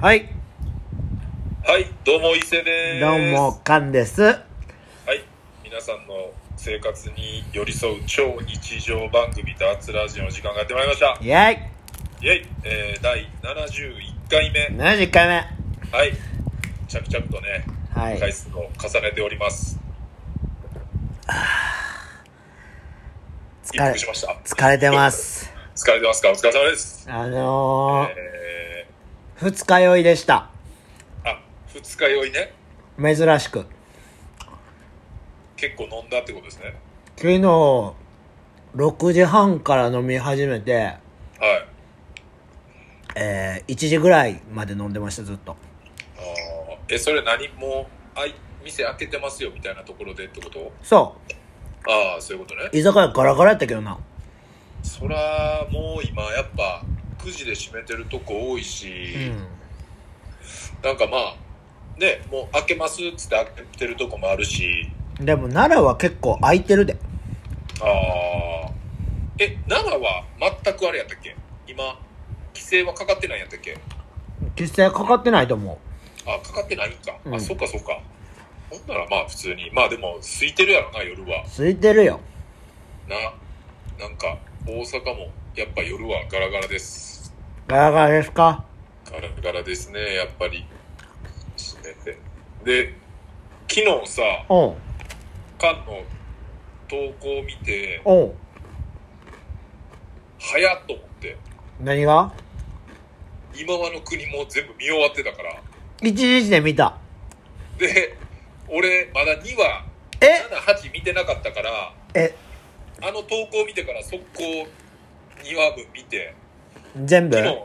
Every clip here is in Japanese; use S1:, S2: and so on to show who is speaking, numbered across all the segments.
S1: はい、
S2: はい、どうも伊勢です。
S1: どうも、カンです。
S2: はい、皆さんの生活に寄り添う超日常番組ダーツラジオの時間がやってまいりました。
S1: イェイ
S2: イェイ、えー、第71回目。
S1: !70 回目
S2: はい、着々とね、
S1: はい。
S2: 回数を重ねております。一
S1: 疲れ
S2: 服し、ました。
S1: 疲れてます。
S2: 疲れてますかお疲れ様です。
S1: あの
S2: え
S1: ー、二日酔いでした。
S2: ー、あ、二日酔いね、
S1: 珍しく。
S2: 結構飲んだってことですね。
S1: 昨日、6時半から飲み始めて、
S2: はい。
S1: えー、1時ぐらいまで飲んでました、ずっと。
S2: あーえ、それ何もう、あい、店開けてますよみたいなところでってこと
S1: そ
S2: ああ、そういうことね
S1: う。。居酒屋ガラガラやったけどな。
S2: そらもう今やっぱ9時で閉めてるとこ多いうし、
S1: ん。
S2: なんかまあねもう開けますっつって開けてるとこもあるし
S1: でも、奈良は結構空いてるで。
S2: ああえ奈良は全くあれやったっけ今規制はかかってないんやったっけ
S1: 実際かかってないと思
S2: あかかってないんか、
S1: うん
S2: あそっかそっかほんならまあ普通にまあでも空いてるやろな夜は
S1: う。空いてるよ。
S2: ななんか大阪もやっぱ夜はガラガラです
S1: ガラガラですか
S2: ガラガラですねやっぱり閉めてで昨日さ
S1: うん。
S2: 菅の投稿を見て
S1: うん。
S2: 早っと思って
S1: 何が
S2: 今はの国も全部見終わってたから
S1: 一日で見た。
S2: で俺まだ2話
S1: え
S2: 78見てなかったから
S1: え、
S2: あの投稿を見てから速攻2話分見て
S1: 全部
S2: 昨日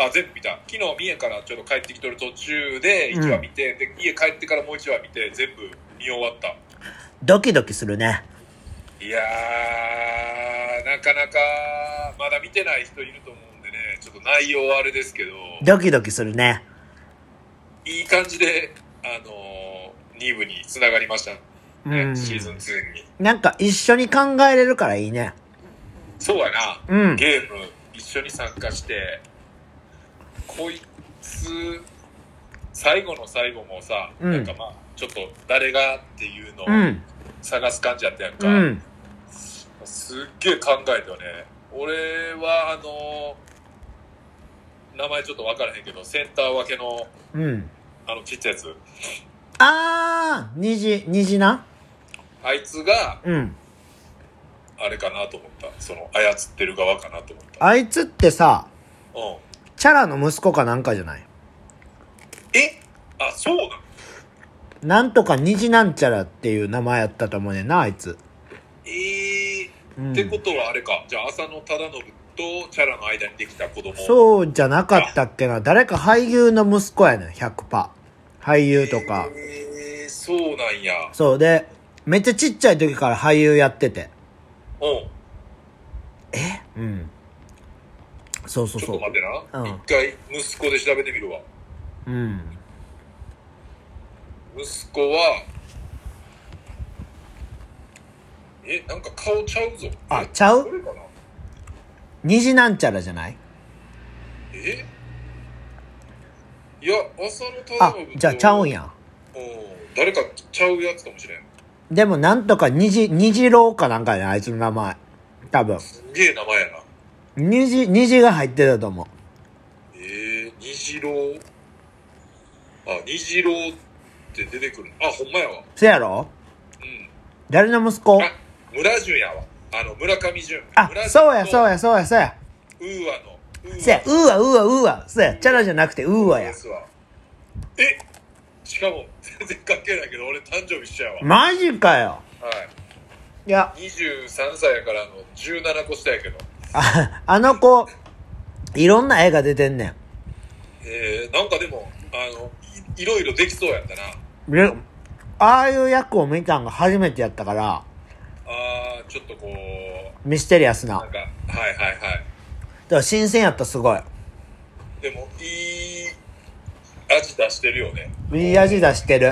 S2: あ全部見た昨日三重からちょっと帰ってきとる途中で1話見て、で家帰ってからもう1話見て全部見終わった
S1: ドキドキするね。
S2: いやー、なかなか、まだ見てない人いると思うんでね、ちょっと内容はあれですけど、
S1: ドキドキするね。
S2: いい感じで、あのー、2部に繋がりました、ね
S1: うん。
S2: シーズン2に。
S1: なんか一緒に考えれるからいいね。
S2: そうやな、
S1: うん。
S2: ゲーム一緒に参加して、こいつ、最後の最後もさ、
S1: うん
S2: なんかまあ、ちょっと誰がっていうの
S1: う
S2: を
S1: ん。
S2: 探す感じやったやんか。
S1: うん。
S2: すっげえ考えたよね俺はあの名前ちょっと分からへんけどセンター分けの
S1: うん。
S2: あのちっちゃいやつ
S1: あー、虹、虹な。
S2: あいつが
S1: うん。
S2: あれかなと思ったその操ってる側かなと思った
S1: あいつってさ、
S2: うん
S1: チャラの息子かなんかじゃない
S2: えあそうなの
S1: なんとか虹なんちゃらっていう名前やったと思うねんな、あいつ。
S2: えー
S1: うん
S2: ってことはあれかじゃあ浅野忠信とチャラの間にできた子供
S1: そうじゃなかったっけな。誰か俳優の息子やねん、100%。俳優とか。
S2: えーそうなんや
S1: そうで、めっちゃちっちゃい時から俳優やってて。
S2: うん
S1: うん。そうそう
S2: ちょっ
S1: そ
S2: と
S1: う。
S2: 待ってな、
S1: うん
S2: 一回息子で調べてみるわ
S1: うん。
S2: 息子はえなんか顔ちゃうぞ
S1: あちゃう
S2: これかな
S1: 虹なんちゃらじゃない
S2: えいや浅野忠信
S1: あ、じゃあちゃうんや。
S2: うん誰かちゃうやつかもしれん
S1: でもなんとか虹、虹郎かなんかやねあいつの名前。多分。
S2: すんげえ名前やな
S1: 虹、虹が入ってたと思
S2: えー、虹郎あ虹郎って出てくるあほんまやわ
S1: う。せやろ
S2: うん
S1: 誰の息子
S2: あ村淳やわあの村上淳
S1: あ、そうや、そう
S2: や
S1: や、そうや、そうや。
S2: ウーアのウーアの
S1: せや、うーわ、うーわ、うーわ。そうや、チャラじゃなくてうーわや
S2: で。すわえしかも 全然関係ないけど俺誕生日しちゃうわ、
S1: マジかよ。
S2: はい
S1: いや、
S2: 23歳やからあの17個下やけど
S1: ああの子、いろんな絵が出てんねん。
S2: えー、なんかでもあのいいろいろできそうやったな
S1: でああいう役を見たんが初めてやったから、
S2: あーちょっとこう
S1: ミステリアスな。だ
S2: なん
S1: か
S2: かはいはいはい
S1: ら新鮮やった、すごい。
S2: でもいい味出してるよね
S1: いい味出してる。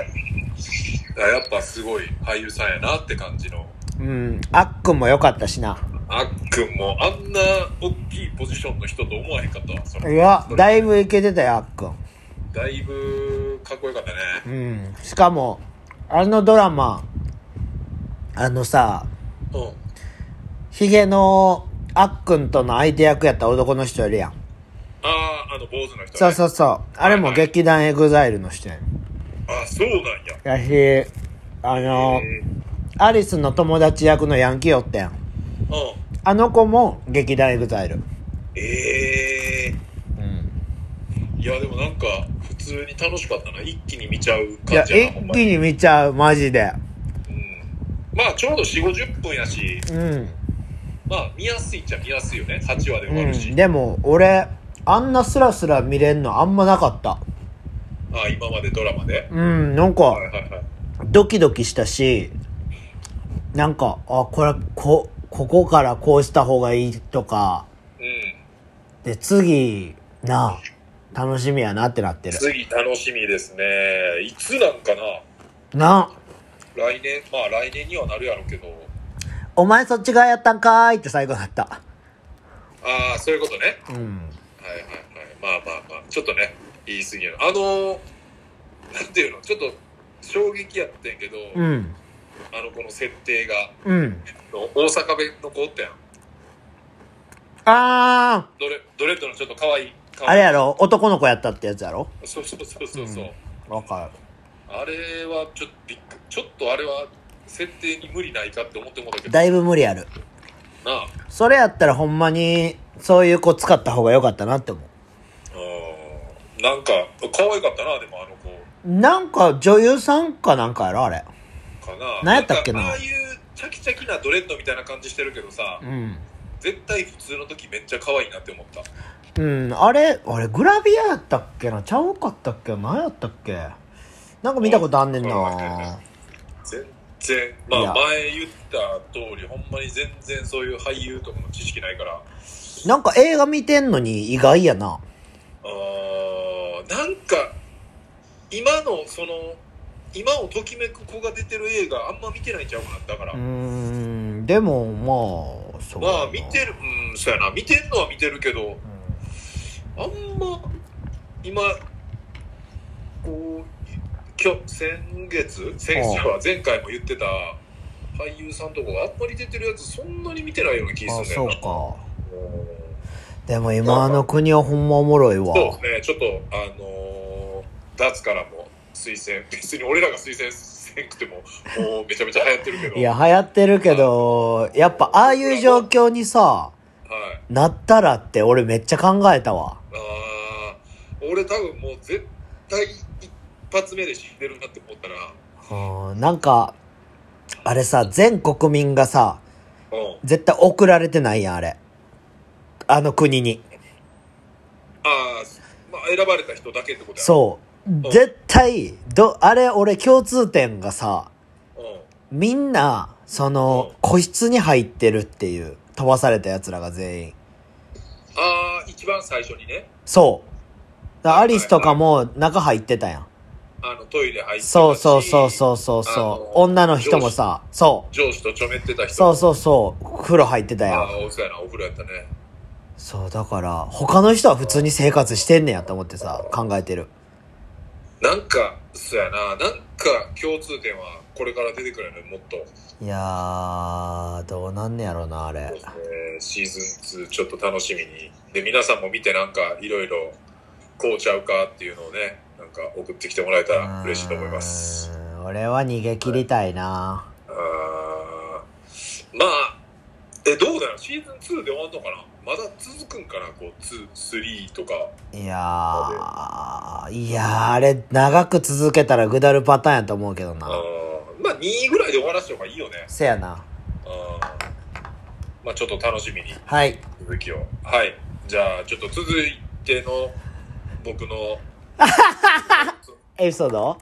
S2: あやっぱすごい俳優さんやなって感じの
S1: うん。あっくんも良かったしな。
S2: あっくんもあんな大きいポジションの人と思わへんかったわそ
S1: い
S2: れ
S1: や、だいぶいけてたよ、あっくん。
S2: だいぶかっこよかったね
S1: うん。しかも、あのドラマ、あのさ、
S2: うん
S1: ヒゲのあっくんとの相手役やった男の人いるやん。
S2: あああの坊主の人、ね、
S1: そうそうそう。あれも劇団エグザイルの人やん。
S2: あそうなんや
S1: やし、あの、
S2: え
S1: アリスの友達役のヤンキーおったやん。
S2: ーうん
S1: あの子も劇団エグザイル。
S2: ええ
S1: うん。
S2: いやでもなんか普通に楽しかったな一気に見ちゃう
S1: いや
S2: 感、じや
S1: 一
S2: なほんま
S1: 気
S2: に、
S1: に見ちゃう、マジで。
S2: うん、まあちょうど4 5 0分やし
S1: うん。
S2: まあ見やすいっちゃ見やすいよね8話で終わ
S1: う
S2: るし、
S1: ん。でも、俺、あんなスラスラ見れんのあんまなかった。
S2: ああ今までドラマで、
S1: うん、なんか、
S2: はいはいはい
S1: ドキドキしたし、なんか、あ、これ、こ、ここからこうした方がいいとか、
S2: う
S1: で、次、なあ、楽しみやなってなって
S2: ん
S1: る。
S2: 次楽しみですねいつなんかな
S1: な
S2: 来年まあ来年にはなるやろうけど
S1: あ、お前そっち側やったんかーいって最後だった。
S2: ああそういうことね
S1: うん。
S2: はいはいはいまあまあまあちょっとね言い過ぎやなあのーなんていうのちょっと衝撃やってんけど、
S1: うん。
S2: あのこの設定が
S1: うん。
S2: の大阪弁の子おったやん
S1: あ
S2: ドレドレッドのちょっと可愛い
S1: ー、あれやろ、男の子やったってやつやろ
S2: そうそうそうそうそう、
S1: うんわか
S2: あれはちょっとびっくちょっとあれは設定に無理ないかって思ってもだけ
S1: る。
S2: ど
S1: だいぶ無理ある。
S2: なあ
S1: それやったらほんまに、そういう子使った方が良かったなって思う。
S2: うんなんか可愛かったなでもあの子
S1: なんか女優さんかなんかやろあれ。
S2: かな
S1: 何やったっけなん
S2: かああいうチャキチャキなドレッドみたいな感じしてるけどさ
S1: うん。
S2: 絶対普通の時めっちゃ可愛いなって思った
S1: うん、あれ、あれ、グラビアやったっけなちゃうかったっけ何やったっけなんか見たことあんねんな
S2: 全然ま
S1: いや
S2: あ前言った通りほんまに全然そういう俳優とかの知識ないから
S1: なんか映画見てんのに意外やな。
S2: あーなんか今のその今をときめく子が出てる映画あんま見てないんちゃうかなだから、
S1: うーん、でも、まあ、そうやな。
S2: まあ見てるうんそうやな見てんのは見てるけどあんま今こう今日先月先月は前回も言ってた俳優さんとかがあんまり出てるやつそんなに見てないような気
S1: うん。
S2: す
S1: あ、
S2: るんだ
S1: そ
S2: よ
S1: う
S2: な
S1: か。
S2: うん
S1: でも今あの国はほんまおもろいわ。
S2: そうですね、ちょっと、あのーダーツからも推薦、 別に俺らが推薦せんくても、もうめちゃめちゃ流行ってるけど、
S1: いや、流行ってるけど、やっぱああいう状況にさ、
S2: はい、
S1: なったらって俺めっちゃ考えたわ。
S2: あー俺、多分もう絶対一発目で死んでるなって思ったら、
S1: うん、なんか、あれさ、全国民がさ、
S2: うん、
S1: 絶対送られてないやん、あれ。あの国に。
S2: あー、まあ、選ばれた人だけってことや
S1: そう。絶対、ど、あれ、俺共通点がさ、
S2: う、うん、
S1: みんな、その
S2: うん、
S1: 個室に入ってるっていう、飛ばされた奴らが全員。
S2: あー、一番最初にね、
S1: そう。だアリスとかも中入ってたやん。
S2: あのトイレ入ってたし
S1: そうそうそうそうそうそう。
S2: あの
S1: 女の人もさ、そ
S2: 上司とちょめってた
S1: う。
S2: 人
S1: そうそうそう。風呂入ってたや
S2: あ
S1: ん。
S2: ーおそうやな、お風呂やったね。
S1: そう、だから、他の人は普通に生活してんねやと思ってさ、考えてる。
S2: なんか、そうやな、なんか共通点はこれから出てくるよね、もっと。
S1: いやー、どうなんねやろな、あれ。
S2: えーシーズン2ちょっと楽しみにで皆さんも見てなんかいろいろこうちゃうかっていうのをねなんか送ってきてもらえたら嬉しいと思います
S1: うーん。俺は逃げ切りたいな。
S2: あーまあえどうだろうシーズン2で終わんのかなまだ続くんかなこう23とか
S1: いやー、いやー、あれ、長く続けたら下るパターンやと思うけど
S2: あ
S1: な。
S2: ーまあ2ぐらいで終わらせた方がいいよね
S1: せやな。
S2: あーまあちょっと楽しみに
S1: はい。
S2: 続きをはいじゃあちょっと続いての僕の
S1: エピソード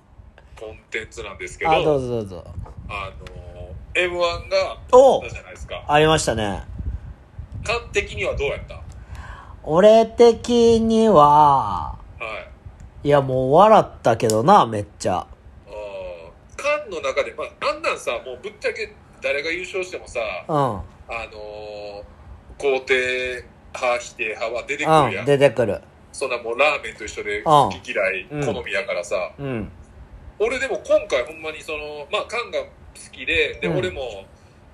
S2: コンテンツなんですけど
S1: あ、どうぞどうぞ。
S2: あの m 1があ
S1: お
S2: ったじゃないですか
S1: ありましたね。
S2: 完璧にはどうやったは
S1: 俺的には、
S2: い
S1: いや、もう笑ったけどな、めっちゃ。
S2: あー缶の中で、まあ、あんなんさもうぶっちゃけ誰が優勝してもさあ
S1: うん。
S2: のー肯定派否定派は出てくる
S1: う
S2: や
S1: ん、
S2: ん、
S1: 出てくる。
S2: そんなもうラーメンと一緒で
S1: ああ
S2: 好き嫌い、
S1: うん
S2: 好みやからさ、
S1: うん。
S2: 俺でも今回ほんまにその、まあ、カンが好きで、で、
S1: うん
S2: 俺も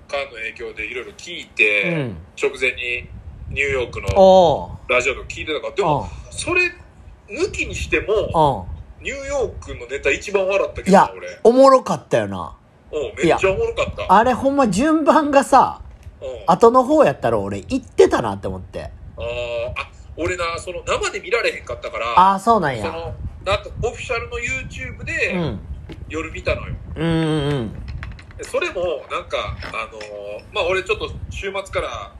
S2: カンの影響でいろいろ聞いうて、
S1: ん。
S2: 直前にニューヨーク
S1: お
S2: の
S1: お。
S2: ラジオとか聞いてたから、でも、
S1: う
S2: それ抜きにして
S1: ん。
S2: も、
S1: うん。
S2: ニューヨークのネタ一番笑ったけ
S1: い
S2: ど
S1: や
S2: な、俺。
S1: おもろかったよな。
S2: うん、めっちゃおもろかった。
S1: あれほんま順番がさ、
S2: うんあ
S1: 後の方やったら俺行ってたなって思って。
S2: ーあ、俺な、その生で見られへんかったから、
S1: ああ、そうなん
S2: そ
S1: や。
S2: の、なんかオフィシャルの YouTube
S1: う
S2: で
S1: ん。
S2: 夜見たのよ。
S1: うんうんうん。
S2: でそれも、なんか、あのーまあ、俺ちょっと週末から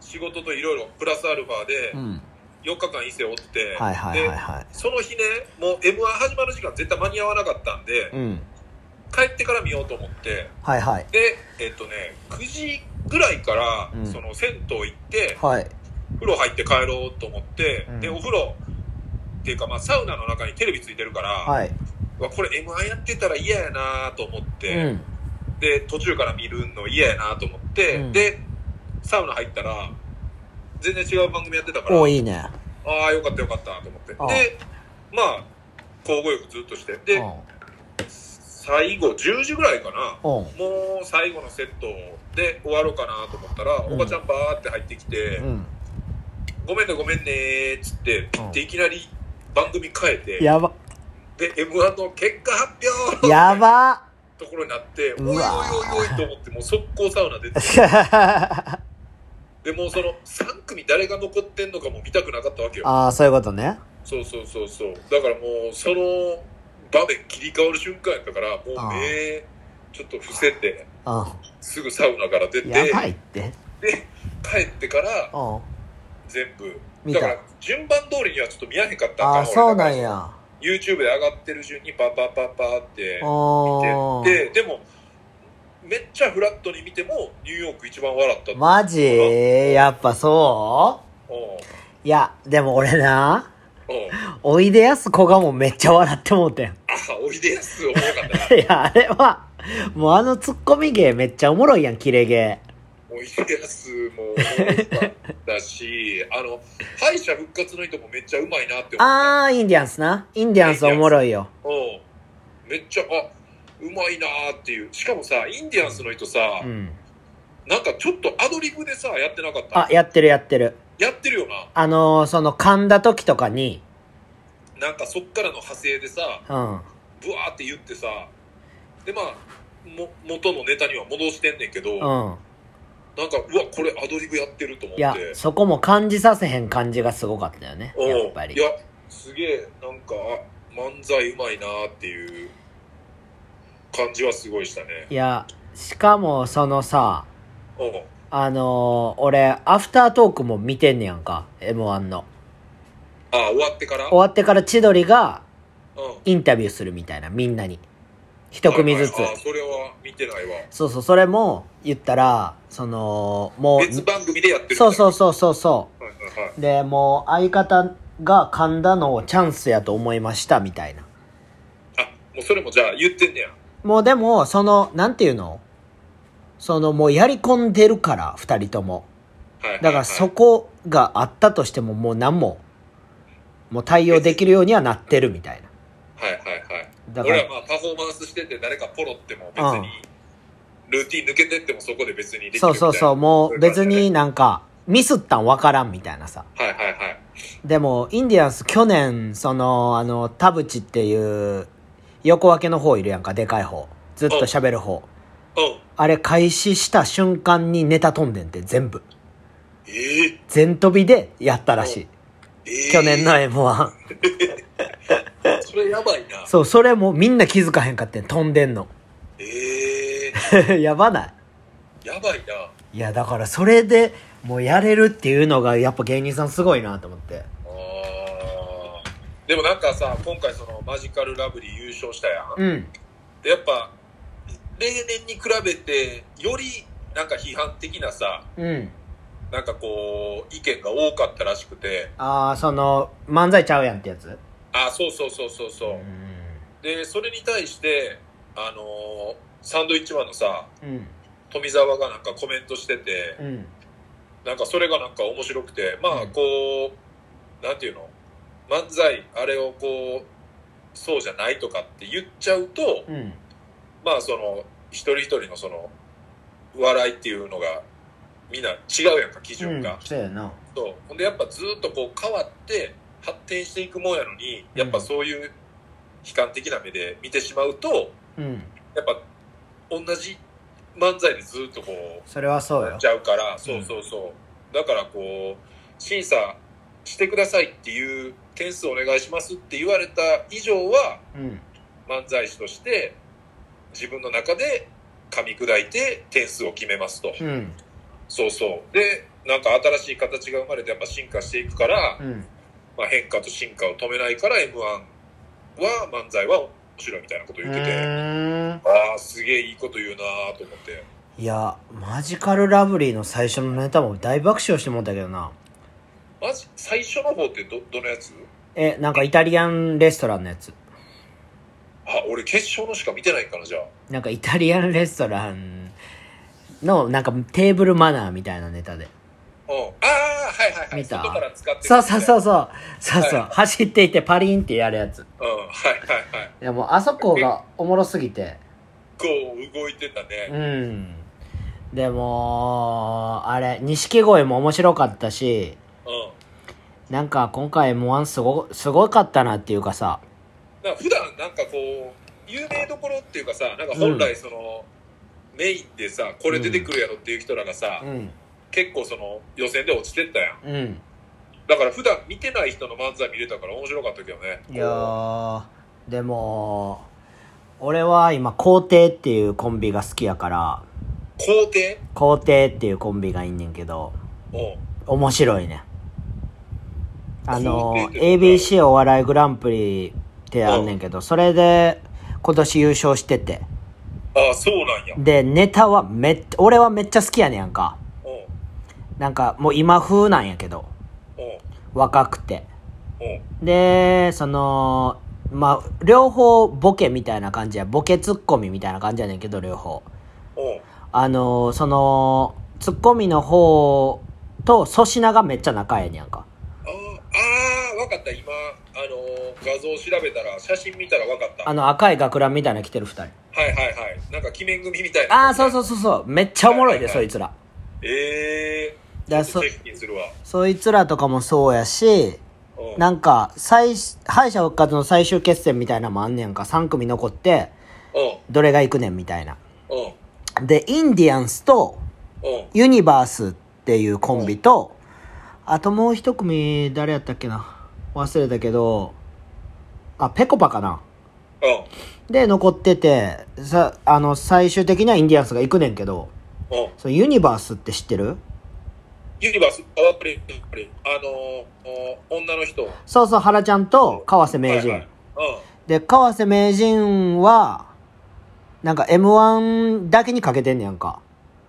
S2: 仕事といろいろプラスアルファで
S1: うん。
S2: 4日間伊勢おって、
S1: はいはいはい
S2: で、
S1: は
S2: その日ね、もう M1 始まる時間絶対間に合わなかったんで
S1: い。、うん。
S2: 帰ってから見ようと思って、
S1: はいはい。
S2: で、えっとね、9時ぐらいから、
S1: うん
S2: その銭湯行って、
S1: はい。
S2: 風呂入って帰ろうと思って、
S1: うん
S2: で、お風呂、っていうか、まあ、サウナの中にテレビついてるから、
S1: はい。
S2: わこれ M1 やってたら嫌やなと思っ
S1: う
S2: て、
S1: ん。
S2: で、途中から見るの嫌やなと思って、
S1: うん
S2: で、サウナ入ったら、全然違う番組やってたから、
S1: おーいいね。
S2: ああ、よかったよかったと思って。
S1: ああ
S2: で、まあ、交互浴ずっとして、で、最後、10時ぐらいかな、
S1: うん。うん。
S2: もう最後のセットで終わろうかなと思ったら、
S1: うん
S2: おばちゃんバーって入ってきて、
S1: うん。
S2: ごめんねごめんねーっつって、ピッていきなり番組変えて、
S1: やば。
S2: で、M1 の結果発表の
S1: やば。
S2: ところになって、おいうおいおい
S1: わ
S2: おいと思って、もう速攻サウナ出て、
S1: あ
S2: でもうその3組誰が残ってんのかも見たくなかったわけよ。
S1: あ、そういうことね。
S2: そうそうそうそう。だからもうその場面切り替わる瞬間やったから、も
S1: ああ
S2: う目ちょっと伏せて、
S1: う
S2: すぐサウナから出
S1: ん。
S2: て、
S1: やばいって。
S2: 帰ってから
S1: うん。
S2: 全部。
S1: 見
S2: だか
S1: た
S2: ら。順番通りにはちょっと見やへんかったん
S1: ああ、
S2: か
S1: そうなん。や。
S2: 俺 YouTube で上がってる順にパッパッパッパーって
S1: お
S2: 見
S1: ー。
S2: て、で、でも、めっちゃフラットに見ても、ニューヨーク一番笑ったって。
S1: マジやっぱそ
S2: うん
S1: ういや、でも俺な、
S2: うん
S1: おいでやすこがもうめっちゃ笑ってもうてん。い
S2: あ、おいでやす、おもろかったな。
S1: や、あれは、もうあのツッコミ芸めっちゃおもろいやん、キレ芸。
S2: おいでやすもおもろかったし、あの、敗者復活の人もめっちゃうまいなって思った。
S1: あー、インディアンスな。インディアンスおもろいよ。
S2: うん。めっちゃ、あ、うまいなっていう。しかもさ、インディアンスの人さ、
S1: うん。
S2: なんかちょっとアドリブでさ、やってなかっ
S1: あ、
S2: た。
S1: やってるやってる。
S2: やってるよな。
S1: あのー、その噛んだ時とかに、
S2: なんかそっからの派生でさ、
S1: うん。
S2: ブワーって言ってさ、で、まあ、も元のネタには戻してんねんけど、
S1: うん。
S2: なんか、うわ、これアドリブやってると思
S1: い
S2: って。
S1: や、そこも感じさせへん感じがすごかったよね。
S2: うん
S1: やっぱり
S2: い。や、すげえ、なんか、あ漫才うまいなっていう感じはすごいしたね。
S1: いや、しかもそのさ、
S2: うん。
S1: あのー、俺、アフタートークも見てんねやんか、M1 の。
S2: あ、終わってから
S1: 終わってから千鳥が
S2: うん。
S1: インタビューするみたいな、みんなに。一組ずつ。
S2: はいはいあ、それは見てないわ。
S1: そうそう、それも言ったら、その、も
S2: 別
S1: う、
S2: 番組でやってる。
S1: そうそううそうそうそ。
S2: はいはいはいう
S1: で、もう相方が噛んだのをチャンスやと思いました、みたいな。
S2: あ、もうそれもじゃあ言ってんねや。
S1: もうでも、その、なんていうのその、もうやり込んでるから、二人とも。
S2: はいはい、はい。
S1: だからそこがあったとしてももう何も、もう対応できるようにはなってるみたいな。
S2: はいはい
S1: だ
S2: はい。
S1: から
S2: 俺はまあパフォーマンスしてて誰かポロっても別に、ルーティン抜けてってもそこで別にできるみた
S1: そ
S2: いうな。
S1: そうそう、もう別になんか、ミスったんわからんみたいなさ。
S2: はいはいはい。
S1: でも、インディアンス去年、その、あの、田淵っていう、横分けの方いるやんか、でかい方。ずっと喋る方。
S2: うん。
S1: あれ開始した瞬間にネタ飛んでんって全部。
S2: ええ
S1: 全飛びでやったらし
S2: え
S1: い。
S2: え
S1: 去年の M1。
S2: それやばいな。
S1: そう、それもみんな気づかへんかってん飛んでんの。
S2: ええ
S1: やばない
S2: やばいな。
S1: いやだからそれでもうやれるっていうのがやっぱ芸人さんすごいなと思って
S2: あーでもなんかさ今回そのマジカルラブリー優勝したやん、
S1: うん
S2: でやっぱ例年に比べてよりなんか批判的なさ
S1: うん
S2: なんかこう意見が多かったらしくて
S1: ああその漫才ちゃうやんってやつ
S2: あそうそうそうそうそうう、でそれに対してあのーサンドイッチマンのさ
S1: うん
S2: 富澤がなんかコメントしてて
S1: うん
S2: なんかそれがなんか面白くてまあこう、なんていうの漫才あれをこうそうじゃないとかって言っちゃうと
S1: うん
S2: まあその一人一人のその笑いっていうのがみんな違うやんか基
S1: う
S2: 準
S1: ん
S2: が、
S1: そうやな
S2: そうほんでやっぱずっとこう変わって発展していくもんやのにやっぱそういう悲観的な目で見てしまうと
S1: うん
S2: やっぱ同じ漫才でずっとこう
S1: それはそう
S2: な
S1: よ
S2: っちゃうから、そうそうそう。だからこう、審査してくださいっていう、点数お願いしますって言われた以上は、
S1: うん
S2: 漫才師として、自分の中で噛み砕いて点数を決めますと。
S1: うん
S2: そうそう。で、なんか新しい形が生まれてやっぱ進化していくから、
S1: うん
S2: まあ、変化と進化を止めないから M1 は漫才は面白いみたいなこと
S1: う
S2: 言ってて、
S1: ーん
S2: ああ、すげえいいこと言うなーと思って。
S1: いやマジカルラブリーの最初のネタも大爆笑してもったけどな
S2: マジ、最初の方ってど、どのやつ
S1: えなんかイタリアンレストランのやつ
S2: あ、俺決勝のしか見てないからじゃあ。
S1: なんかイタリアンレストランのなんかテーブルマナーみたいなネタで
S2: うん。ああ、はいはいはい。
S1: 見た
S2: 外から使って。
S1: そうそうそううそうそうそう、
S2: は
S1: 走っていってパリンってやるやつ
S2: うん。はいはいはい。
S1: いやもうあそこがおもろすぎて
S2: こう動いてたね。
S1: うんでもあれ錦鯉も面白かったし
S2: うん。
S1: なんか今回 m 1すごすごかったなっていうかさ
S2: だから普段なんかこう、有名どころっていうかさ、なんか本来その、メインでさ、これ出てくるやろっていう人らがさ、
S1: うん
S2: 結構その予選で落ちてったやん。
S1: うん
S2: だから普段見てない人の漫才見れたから面白かったけどね。
S1: いやーでも俺は今皇帝っていうコンビが好きやから
S2: 皇帝
S1: 皇帝っていうコンビがいんねんけど
S2: うん。
S1: 面白いねあの
S2: 皇帝っていうか
S1: ABC お笑いグランプリってあんねんけどそれで今年優勝してて
S2: ああ、そうなんや。うん。
S1: でネタはめっちゃ俺はめっちゃ好きやねんかなんかもう今風なんやけど
S2: うん。
S1: 若くて
S2: うん。
S1: でそのまあ両方ボケみたいな感じやボケツッコミみたいな感じやねんけど両方
S2: うん。
S1: あのそのツッコミの方と粗品がめっちゃ仲ええねやんか
S2: あーあー、わかった。今、あのー画像調べたら、写真見たらわかった。
S1: あ
S2: はい
S1: の赤い学ランみたいなの着てる二人
S2: はいはい。なんか、鬼面組みたいな。。
S1: ああそうそううそうそうめっちゃおもろいで
S2: はいは
S1: そ
S2: いはい
S1: いつら
S2: えー。
S1: だ
S2: ちょ
S1: そ
S2: っとチェックインするわ。
S1: そいつらとかもそうやし
S2: うん。
S1: なんか最敗者復活の最終決戦みたいなのもあんねやんか3組残って
S2: う。
S1: どれが行くねんみたいなん
S2: うん。
S1: でインディアンスと
S2: うん。
S1: ユニバースっていうコンビと、あともう一組、誰やったっけな忘れたけど、あ、ペコパかな
S2: うん。
S1: で、残ってて、さ、あの、最終的にはインディアンスが行くねんけど、
S2: うん。
S1: そのユニバースって知ってる
S2: ユニバース、パワープレイ、プレイ。あのー、お女の人。
S1: そうそう、原ちゃんと川瀬名人。
S2: はいはい
S1: で、川瀬名人は、なんか M1 だけにかけてんねやんか。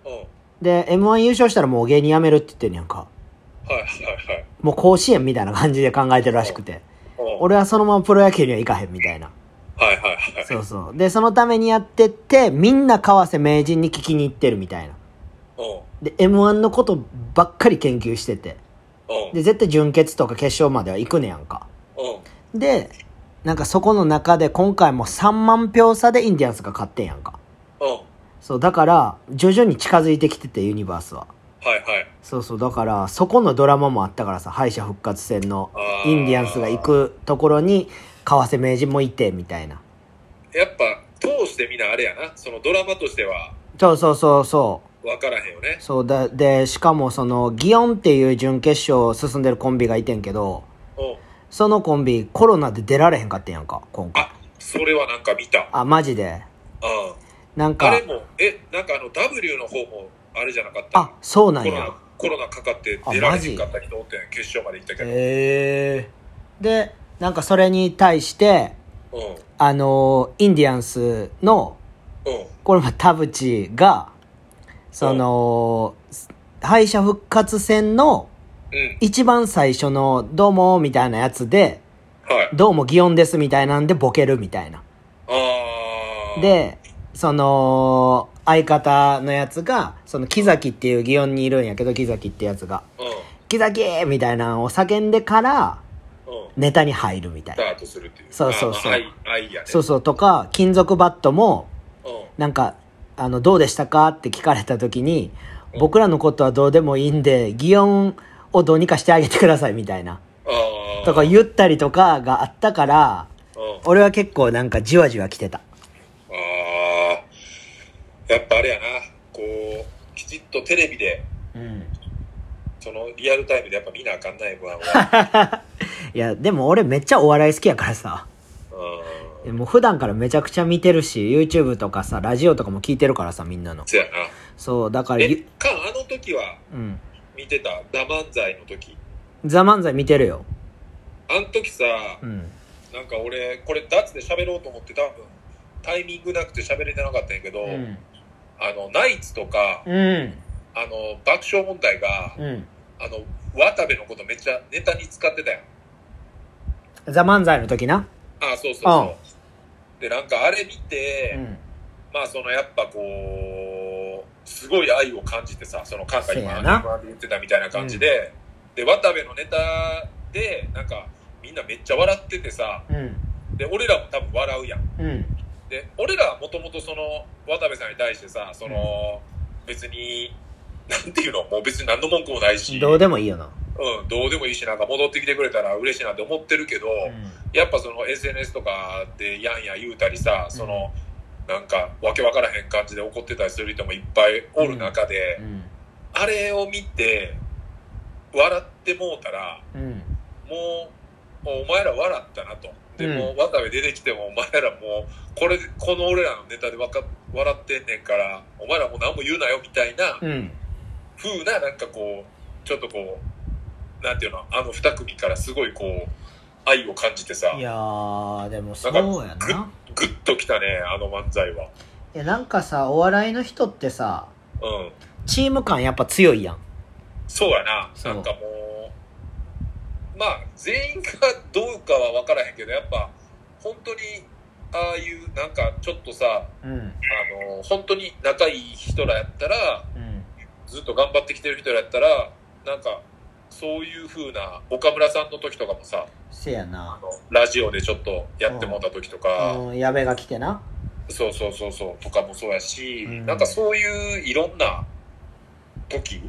S2: うん。うん。
S1: で、M1 優勝したらもう芸人辞めるって言ってんねやんか。
S2: はいはいはい。
S1: もう甲子園みたいな感じで考えてるらしくて。
S2: うん。
S1: 俺はそのままプロ野球には行かへんみたいな。
S2: はいはいはい。
S1: そうそう。で、そのためにやってって、みんな川瀬名人に聞きに行ってるみたいな。
S2: う
S1: で、M1 のことばっかり研究してて。
S2: ん。うん。
S1: で、絶対準決とか決勝までは行くねやんか。
S2: うん。
S1: で、なんかそこの中で今回も3万票差でインディアンスが勝ってんやんか。
S2: うん。
S1: そう、だから、徐々に近づいてきてて、ユニバースは。
S2: はいはい。
S1: そうそう、だから、そこのドラマもあったからさ、敗者復活戦の
S2: あー
S1: インディアンスが行くところに、川瀬名人もいて、みたいな。
S2: やっぱ、通してみんなあれやな。そのドラマとしては、
S1: そうそうそうそう。
S2: わからへんよね。
S1: そうだでしかもその祇園っていう準決勝進んでるコンビがいてんけど
S2: うん。
S1: そのコンビコロナで出られへんかってんやんか今回
S2: あ、それはなんか見た。
S1: あマジで
S2: うん。
S1: なんか
S2: あれも、え、なんかあの W の方もあれじゃなかった
S1: あそうなん
S2: コロナ
S1: や、
S2: コロナかかって
S1: あ
S2: 出られへんかった人おってん決勝まで行ったけど。
S1: へえでなんかそれに対して
S2: うん。
S1: あのインディアンスの
S2: うん。
S1: これも田淵がその敗者復活戦の
S2: うん。
S1: 一番最初の「どうも」みたいなやつで
S2: はい
S1: 「。どうも祇園です」みたいなんでボケるみたいな
S2: あー。、
S1: で、その、相方のやつが、その、木崎っていう祇園にいるんやけど、木崎ってやつが、
S2: うん。
S1: 木崎ーみたいなのを叫んでから、
S2: うん。
S1: ネタに入るみたい
S2: スタ
S1: な。
S2: ートするっていう。
S1: そうそうそう
S2: あまあ愛、愛やね。
S1: そうそう、とか、金属バットも、
S2: うん。
S1: なんか、あの、どうでしたかって聞かれた時に、
S2: うん
S1: 僕らのことはどうでもいいんで、擬音をどうにかしてあげてくださいみたいな。
S2: ああ。
S1: とか
S2: うん。
S1: 言ったりとかがあったから、
S2: あ
S1: 俺は結構なんかじわじわ来てた。
S2: あー。やっぱあれやな。こう、きちっとテレビで、
S1: うん。
S2: そのリアルタイムでやっぱ見なあかんない、M1 は。
S1: いや、でも俺めっちゃお笑い好きやからさ。
S2: うん。
S1: もう普段からめちゃくちゃ見てるし、YouTube とかさ、ラジオとかも聞いてるからさ、みんなの。
S2: そやな。
S1: そう、だから
S2: え
S1: ゆ、、
S2: か、あの時は
S1: うん。
S2: 見てた、ダ漫才の時。
S1: ザ・漫才見てるよ。
S2: あの時さ、
S1: うん。
S2: なんか俺、これ、脱で喋ろうと思って、多分タイミングなくて喋れてなかったんやけど、
S1: うん。
S2: あの、ナイツとか、
S1: うん。
S2: あの、爆笑問題が、
S1: うん。
S2: あの、渡部のことめっちゃネタに使ってたやん。
S1: ザ・漫才の時な。
S2: ああ、そうそうそう。で、なんかあれ見て、
S1: ん。
S2: まあ、そのやっぱこう、すごい愛を感じてさ、その感が今、
S1: そうやな
S2: 今で言ってたみたいな感じで、で、渡部のネタで、なんか、みんなめっちゃ笑っててさ、
S1: うん。
S2: で、俺らも多分笑うやん。
S1: うん。
S2: で俺らはもともとその渡部さんに対してさその、別になんていうのもう別に何の文句もないし
S1: どうでもいいよな。
S2: うん、どうでもいいしなんか戻ってきてくれたら嬉しいなって思ってるけど、やっぱその SNS とかでやんや言うたりさその、なんかわけわからへん感じで怒ってたりする人もいっぱいおる中で、
S1: うん。
S2: あれを見て笑ってもうたら
S1: うん。
S2: もうお前ら笑ったなと。で
S1: うん
S2: もう渡部出てきてもお前らもうこれこの俺らのネタでわか笑ってんねんからお前らもう何も言うなよみたいな
S1: うん。
S2: 風ななんかこうちょっとこうなんていうのあの二組からすごいこう愛を感じてさ
S1: いやー、でもそうやな。
S2: グッときたねあの漫才は。
S1: いや、なんかさ、お笑いの人ってさ、
S2: うん、
S1: チーム感やっぱ強いやん。
S2: そうやな
S1: そう
S2: なんかもうまあ全員がどうかは分からへんけどやっぱ本当にああいうなんかちょっとさ
S1: うん。
S2: あの本当に仲いい人らやったら
S1: うん。
S2: ずっと頑張ってきてる人らやったらなんかそういう風な岡村さんの時とかもさ
S1: せやな
S2: あ。のラジオでちょっとやってもらった時とか、
S1: うん、矢部が来てな。
S2: そうそうそうそうとかもそうやし、
S1: うん
S2: なんかそういういろんな時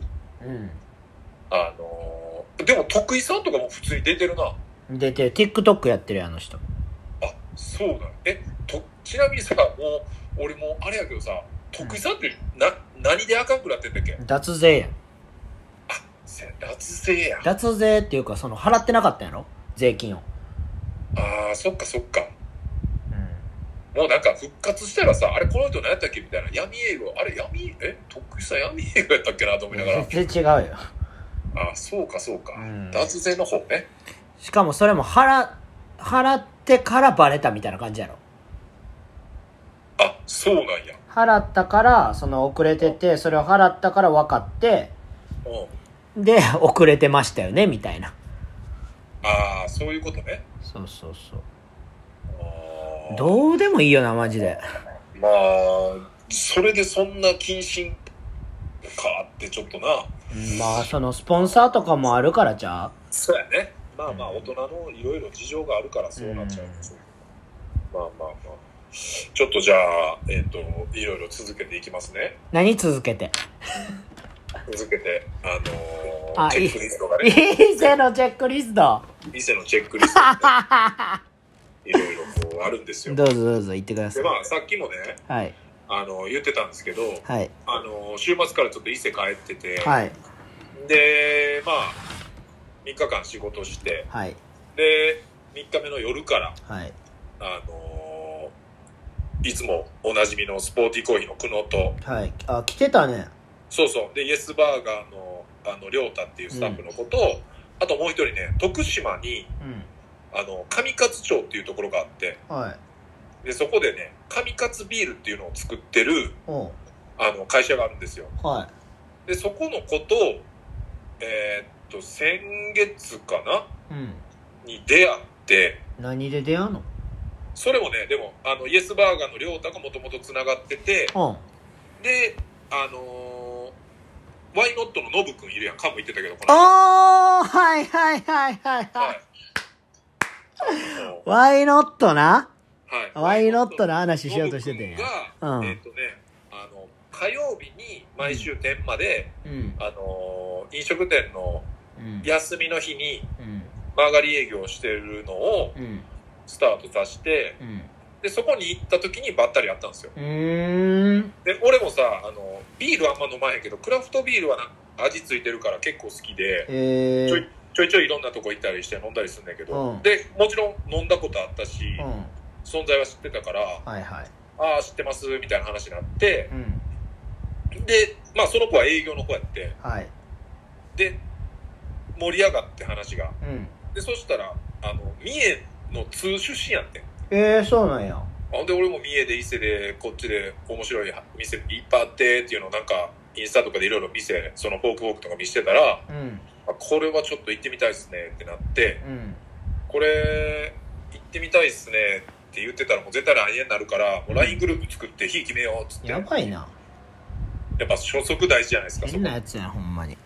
S1: うん。
S2: あのでも徳井さんとかも普通に出てるな
S1: 出てる TikTok やってるやんあの人
S2: あそうだえとちなみにさもう俺もあれやけどさ徳井さんってな、何であかんくなってんだっけ
S1: 脱税やん
S2: せ脱税やん
S1: 脱税っていうかその払ってなかったんやろ税金を
S2: あーそっかそっか
S1: う
S2: もうなんか復活したらさあれこの人何やったっけみたいな闇営業あれ闇え徳井さん闇営業やったっけなと思いながら
S1: 全然違うよ
S2: あそうかそうか、
S1: うん
S2: 脱税の方ね
S1: しかもそれも払払ってからバレたみたいな感じやろ
S2: あそうなんや
S1: 払ったからその遅れててそれを払ったから分かって
S2: うん
S1: で 遅れてましたよねみたいな
S2: ああそういうことね
S1: そうそうそう
S2: あー
S1: どうでもいいよなマジで
S2: まあそれでそんな謹慎かってちょっとな
S1: うんまあそのスポンサーとかもあるからじゃあ
S2: そうやねまあまあ大人のいろいろ事情があるからそうなっちゃうんでしょうけど、まあまあまあちょっとじゃあえっ、といろいろ続けていきますね
S1: 何続けて
S2: 続けてあのー
S1: あ
S2: チェックリストがね
S1: 店のチェックリスト
S2: 店のチェックリストがねいろいろこうあるんですよ
S1: どうぞどうぞ言ってくださ
S2: で
S1: い
S2: まあさっきもね
S1: はい
S2: あの言ってたんですけど
S1: はい
S2: あの週末からちょっと伊勢帰ってて、
S1: はい
S2: でまあ3日間仕事して
S1: はい
S2: で3日目の夜から
S1: はい
S2: あのいつもおなじみのスポーティーコーヒーの久野と
S1: はいあ来てたね
S2: そうそうでイエスバーガーのあの亮太っていうスタッフの子と、あともう一人ね徳島に
S1: うん
S2: あの上勝町っていうところがあって
S1: はい
S2: でそこでね上勝ビールっていうのを作ってる
S1: おう
S2: あの会社があるんですよ
S1: は
S2: でそこの子とえーっと先月かない
S1: うん
S2: に出会って
S1: 何で出会うの
S2: それもねでもあのイエスバーガーの亮太がもともとつながってて
S1: うん
S2: であのーワイノットのノブくんいるやんカも言ってたけどこの間
S1: あーはいはいはいはい
S2: は
S1: はい
S2: い
S1: ワイノットな
S2: は
S1: ワ
S2: い。
S1: イノットな話しようとしててんや
S2: ノブ君が
S1: うん
S2: えっとね、あの、火曜日に毎週天まで、
S1: うん。
S2: あのー、飲食店の
S1: うん。
S2: 休みの日に
S1: うん。
S2: 曲がり営業してるのを
S1: うん。
S2: スタートさせて、
S1: うん。
S2: で、そこに行った時にばったり会ったんですよ。
S1: うーん。
S2: で、俺もさ、あの、ビールあんま飲まへんけど、クラフトビールはな味ついてるから結構好きで、
S1: えー。
S2: ちょいちょいいろんなとこ行ったりして飲んだりするんだけど、
S1: うん
S2: で、もちろん飲んだことあったし、
S1: うん。
S2: 存在は知ってたから、
S1: はいはい。
S2: ああ、知ってます、みたいな話になって
S1: う、ん。
S2: で、まあその子は営業の子やって、
S1: はい。
S2: で、盛り上がって話が。
S1: うん。
S2: で、そしたら、あの、三重の通出身やってん。
S1: えー、そうなんや。
S2: ほんで、俺も三重で伊勢で、こっちで面白い店いっぱいあってっていうのをなんか、インスタとかでいろいろ店、そのフォークフォークとか見してたら、
S1: うん。
S2: あこれはちょっと行ってみたいっすねってなって、
S1: うん。
S2: これ、行ってみたいっすねって言ってたらもう絶対 LINE になるから、もう LINE グループ作って日決めようっつって。
S1: やばいな。
S2: やっぱ初速大事じゃないですか、そ
S1: 変
S2: こ
S1: な。やつやん、ほんまに。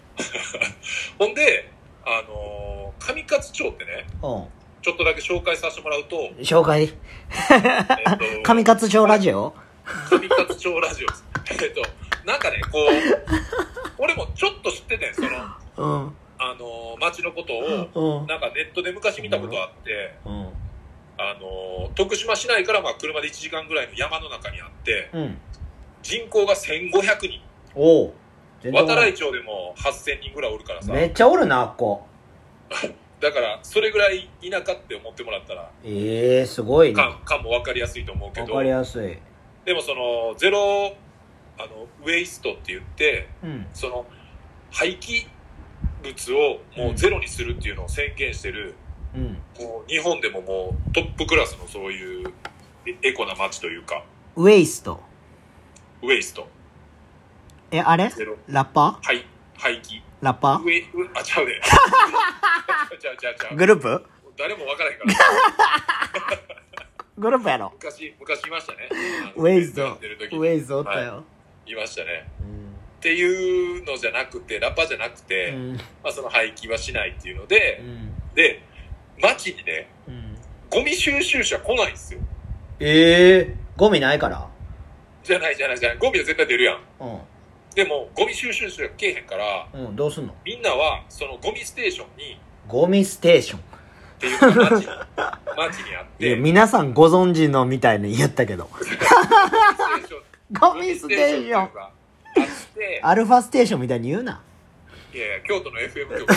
S2: ほんで、あのー上勝町ってね、
S1: うん。
S2: ちょっとだけ紹介させてもらうと、え
S1: 紹介。
S2: っと、
S1: 上勝町ラジオ
S2: 上勝町ラジオです。えっと、なんかね、こう、俺もちょっと知ってて、その、あ
S1: うん。
S2: のー町のことを、
S1: うん。
S2: なんかネットで昔見たことあって、
S1: うん。
S2: あのー徳島市内からまあ車で1時間ぐらいの山の中にあって、
S1: うん。
S2: 人口が1500人。
S1: おう。全然
S2: 渡
S1: わからん
S2: 来町でも8000人ぐらいおるからさ。
S1: めっちゃおるな、あっこ。
S2: だから、それぐらい田舎って思ってもらったら、
S1: ええー、すごいね。わ
S2: 感感も分かりやすいと思うけど
S1: かりやすい。
S2: でもそのゼロあのウェイストって言って
S1: うん。
S2: その廃棄物をもうゼロにするっていうのを宣言してる、
S1: うん。
S2: こう日本でももうトップクラスのそういうエエコな街というか
S1: ウエイスト。
S2: ウェイスト
S1: え、あれ
S2: ゼロ
S1: ラッパ
S2: 廃廃棄
S1: ーラッパ
S2: ウェイウあちゃ うねちゃうちゃうちゃ
S1: ー
S2: う
S1: グループ
S2: 誰も分からへ んから
S1: グループやろ。
S2: 昔昔いましたねあ
S1: ウ
S2: の
S1: ェイスト
S2: やってる時
S1: ウェイストおったよ。
S2: いましたね
S1: うん
S2: っていうのじゃなくてラッパじゃなくて、
S1: うん。
S2: まあ、その廃棄はしないっていうので、
S1: うん。
S2: で、街にね、
S1: うん。
S2: ゴミ収集車来ないんですよ。
S1: ええー、ゴミないから
S2: じゃないじゃないじゃない。ゴミは絶対出るやん。
S1: う
S2: でも、ゴミ収集車来えへんから、
S1: ん。うん、どうすんの
S2: みんなは、そのゴミステーションに、
S1: ゴミステーション。
S2: っていうか、 街に、街にあっ
S1: いや、
S2: て、ゴミ
S1: 皆さんご存知のみたいに言ったけど。
S2: ステーション、
S1: ゴミステーション
S2: ゴ。ミステーションっていうのがあっ
S1: アルファステーションみたいに言う な。
S2: て、いやいや、京都の FM 局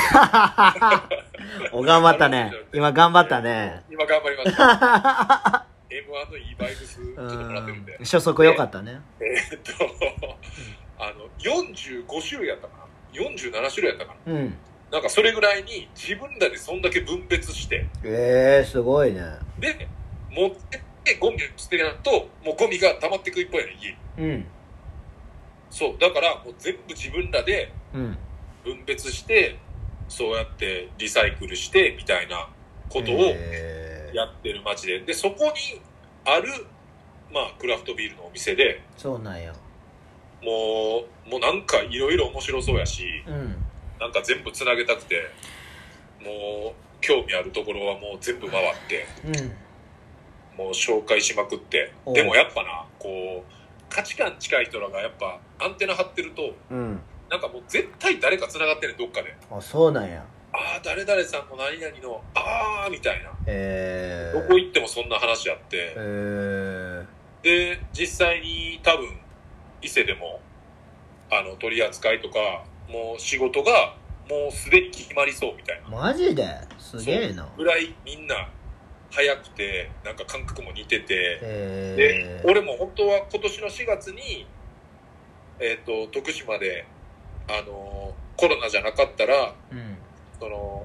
S1: お、頑張ったね。今頑張ったね。
S2: 今頑張りました。M1 の E バイブス、ちょっともらってるんで
S1: うん。初速良かったね。
S2: えっと、あの、45種類やったかな。47種類やったかな。
S1: うん。
S2: なんかそれぐらいに自分らでそんだけ分別して、
S1: ええー、すごいね。
S2: で、持ってってゴミを捨てると、もうゴミが溜まってく一方やねん、家。
S1: うん。
S2: そう、だからもう全部自分らで
S1: うん。
S2: 分別して、そうやってリサイクルして、みたいなことを
S1: えー
S2: やってる街で。で、そこにある、まあ、クラフトビールのお店で、
S1: そうなんや。
S2: もう、もうなんかいろいろ面白そうやし、
S1: うん。
S2: なんか全部つなげたくて、もう、興味あるところはもう全部回って、
S1: うん。
S2: もう紹介しまくって
S1: おう
S2: でもやっぱなこう価値観近い人らがやっぱアンテナ張ってると
S1: うん。
S2: なんかもう絶対誰か繋がってるどっかで
S1: あ、そうなんや。
S2: ああ誰々さんの何々のああみたいな
S1: ええ
S2: ど
S1: ー。
S2: こ行ってもそんな話あって
S1: え
S2: で実際に多分伊勢でもあの取り扱いとかもう仕事がもうすでに決まりそうみたい
S1: ー、
S2: な
S1: マジですげえな。
S2: ぐらいみんな早くてなんか感覚も似ててで
S1: え、ー、
S2: 俺も本当は今年の4月に、えっと徳島で、あのーコロナじゃなかったら
S1: うん。
S2: その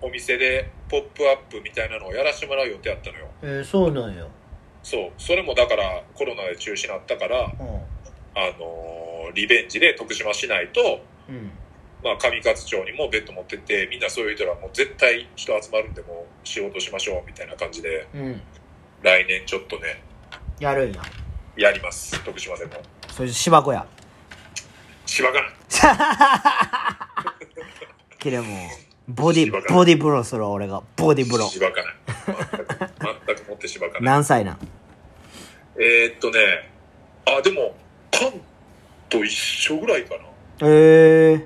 S2: お店でポップアップみたいなのをやらせてもらう予定だったのよ
S1: えー、そうなんや。
S2: そうそれもだからコロナで中止になったか
S1: う
S2: ら、あのーリベンジで徳島市内と、
S1: ん。うん。
S2: まあ、上勝町にもベッド持ってってみんなそういう人らもう絶対人集まるんでもう仕事しましょうみたいな感じで
S1: うん。
S2: 来年ちょっとね
S1: やるんや。
S2: やります徳島でも
S1: それ芝子 や。
S2: 芝がない
S1: キレも。ボデ
S2: 芝
S1: ィ、
S2: か
S1: ボディブローする俺が。ボディブロ
S2: し
S1: ー。
S2: ばかない。全く全く持ってしばかない。
S1: 何歳なん
S2: えー、っとね、あ、でも、パンと一緒ぐらいかな。
S1: ええ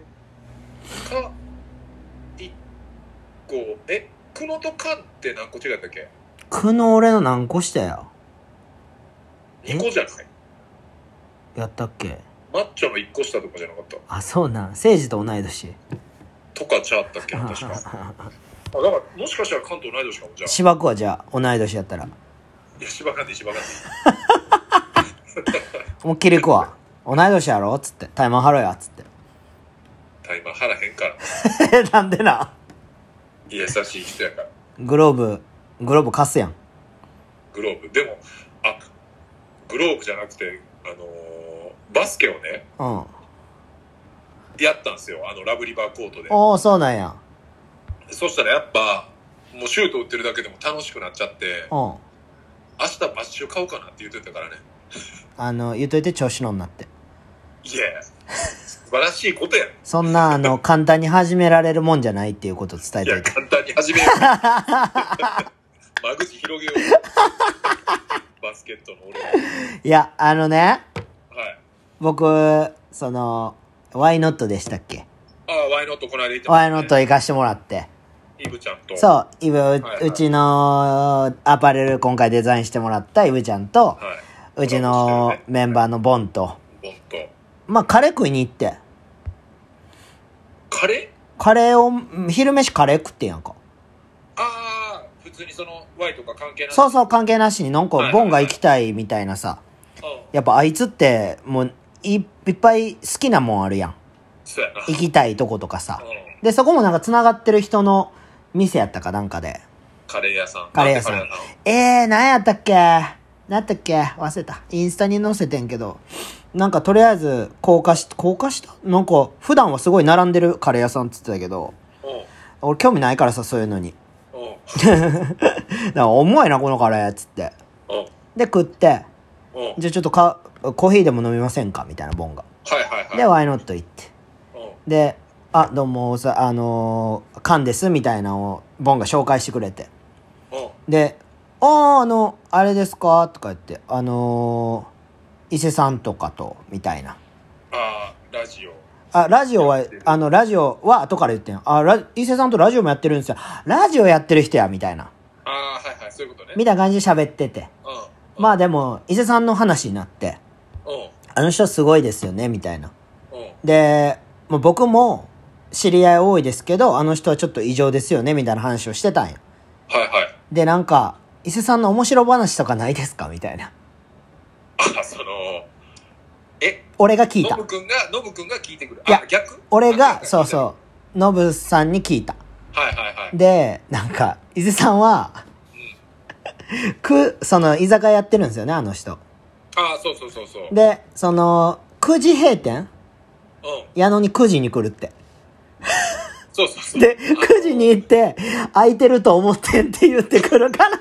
S2: か、一個、え、くのとかんって何個違ったっけ
S1: くの俺の何個したやえ
S2: 二個じゃない
S1: やったっけ
S2: マッチョの一個下とかじゃなかった
S1: あ、そうなん。聖治と同い年。
S2: とかちゃったっけな確か。あだから、もしかしたら関東ない年かも、じゃあ。
S1: 芝子はじゃあ、同い年やったら。
S2: いや、芝かんでいい、芝かんでいい。
S1: 思いっきり行くわ。同い年やろつって。タイマン張ろうや。つって。
S2: タイマー腹へんから。
S1: え、 なんでな
S2: 優しい人やから。
S1: グローブ、グローブ貸すやん。
S2: グローブ。でも、あ、グローブじゃなくて、あのーバスケをね、
S1: うん。
S2: やったんですよ。あの、ラブリバーコートで。
S1: おおそうなんや。
S2: そしたらやっぱ、もうシュート打ってるだけでも楽しくなっちゃって、
S1: うん。
S2: 明日バッシュ買おうかなって言ってたからね。
S1: あの、言っといて調子乗んなって。
S2: いや、素晴らしいことや。い
S1: そんな、あ の、簡単に始められるもんじゃないっていうことを伝えてお
S2: や、
S1: いて。
S2: 簡単に始めよう。間口広げよう。バスケットの俺は。
S1: いや、あのね、
S2: はい。
S1: 僕、その、ワイノットでしたっけ
S2: ああ、ワイノットこの間行って
S1: ワイノット
S2: ね。
S1: 行かしてもらって。
S2: イブちゃんと。
S1: そう、イブ、う
S2: はいはいう
S1: ちのアパレル今回デザインしてもらったイブちゃんと、
S2: は
S1: うちのメンバーのボンと、
S2: い。ボンと。
S1: まあ、カレー食いに行って。
S2: カレー
S1: カレーを、ん昼飯カレー食ってんやんか。
S2: ああ、普通にその、Y とか関係ない。
S1: そう
S2: う。
S1: そう、関係なしに、なん
S2: はい
S1: か、
S2: はいは
S1: ボ
S2: い
S1: ンが行きたいみたいなさ。
S2: ん、
S1: やっぱあいつって、もう、いいっぱい好きなもんあるやん。
S2: そうやな。
S1: 行きたいとことかさ。
S2: うん
S1: で、そこもなんか繋がってる人の店やったかなんかで。
S2: カレー屋さん。
S1: カレー屋さん
S2: なんてカレ
S1: えー、何やったっけ何やったっけ忘れた。インスタに載せてんけど。なんかとりあえず、高架し、高架したなんか、普段はすごい並んでるカレー屋さんって言ってたけど、
S2: ー屋
S1: 俺興味ないからさ、そういうのに。
S2: さん。うん。うん。
S1: なんか、重いな、このカレー、っつって。
S2: うん。
S1: で、食って、
S2: うん。はい
S1: じゃあちょっとか、コーヒーでも飲みませんかみたいな、ボンが。
S2: はいはい。
S1: で、ワイノット行って。
S2: うん。
S1: で、あ、どうも、さ、あのー、カンです、みたいなのを、ボンが紹介してくれて。
S2: うん。
S1: で、ああ、あの、あれですかとか言って、あのー伊勢さんとかと、みたいな。
S2: ああ、ラジオ。
S1: あ、ラジオは
S2: やってる、
S1: あの、ラジオは後から言ってん。あ、ラ伊勢さんとラジオもやってるんですよ。ラジオやってる人や、みたいな。
S2: ああ、はいはい、そういうことね。
S1: みたいな感じで喋ってて。
S2: うん。
S1: まあでも、伊勢さんの話になって、
S2: う
S1: あの人すごいですよね、みたいな。
S2: ん。うん。
S1: で、もう僕も知り合い多いですけど、あの人はちょっと異常ですよね、みたいな話をしてたんや。
S2: はいはい。
S1: で、なんか、伊勢さんの面白話とかないですかみたいな。
S2: あ、その、え、
S1: 俺が聞い
S2: ノ
S1: た
S2: ブ。くんが、ノブくんが聞いてくる。
S1: いや
S2: あ、逆
S1: 俺が、そう
S2: う。
S1: そう、ノブさんに聞いた。
S2: はいはいはい。
S1: で、なんか、伊勢さんは、く、その、居酒屋やってるんですよね、あの人。
S2: ああ、そうそうそうそう。うん。
S1: で、その、9時閉店矢野に9時に来るって。
S2: そうそうそう。
S1: で、9時に行って、空いてると思ってんって言ってくるから。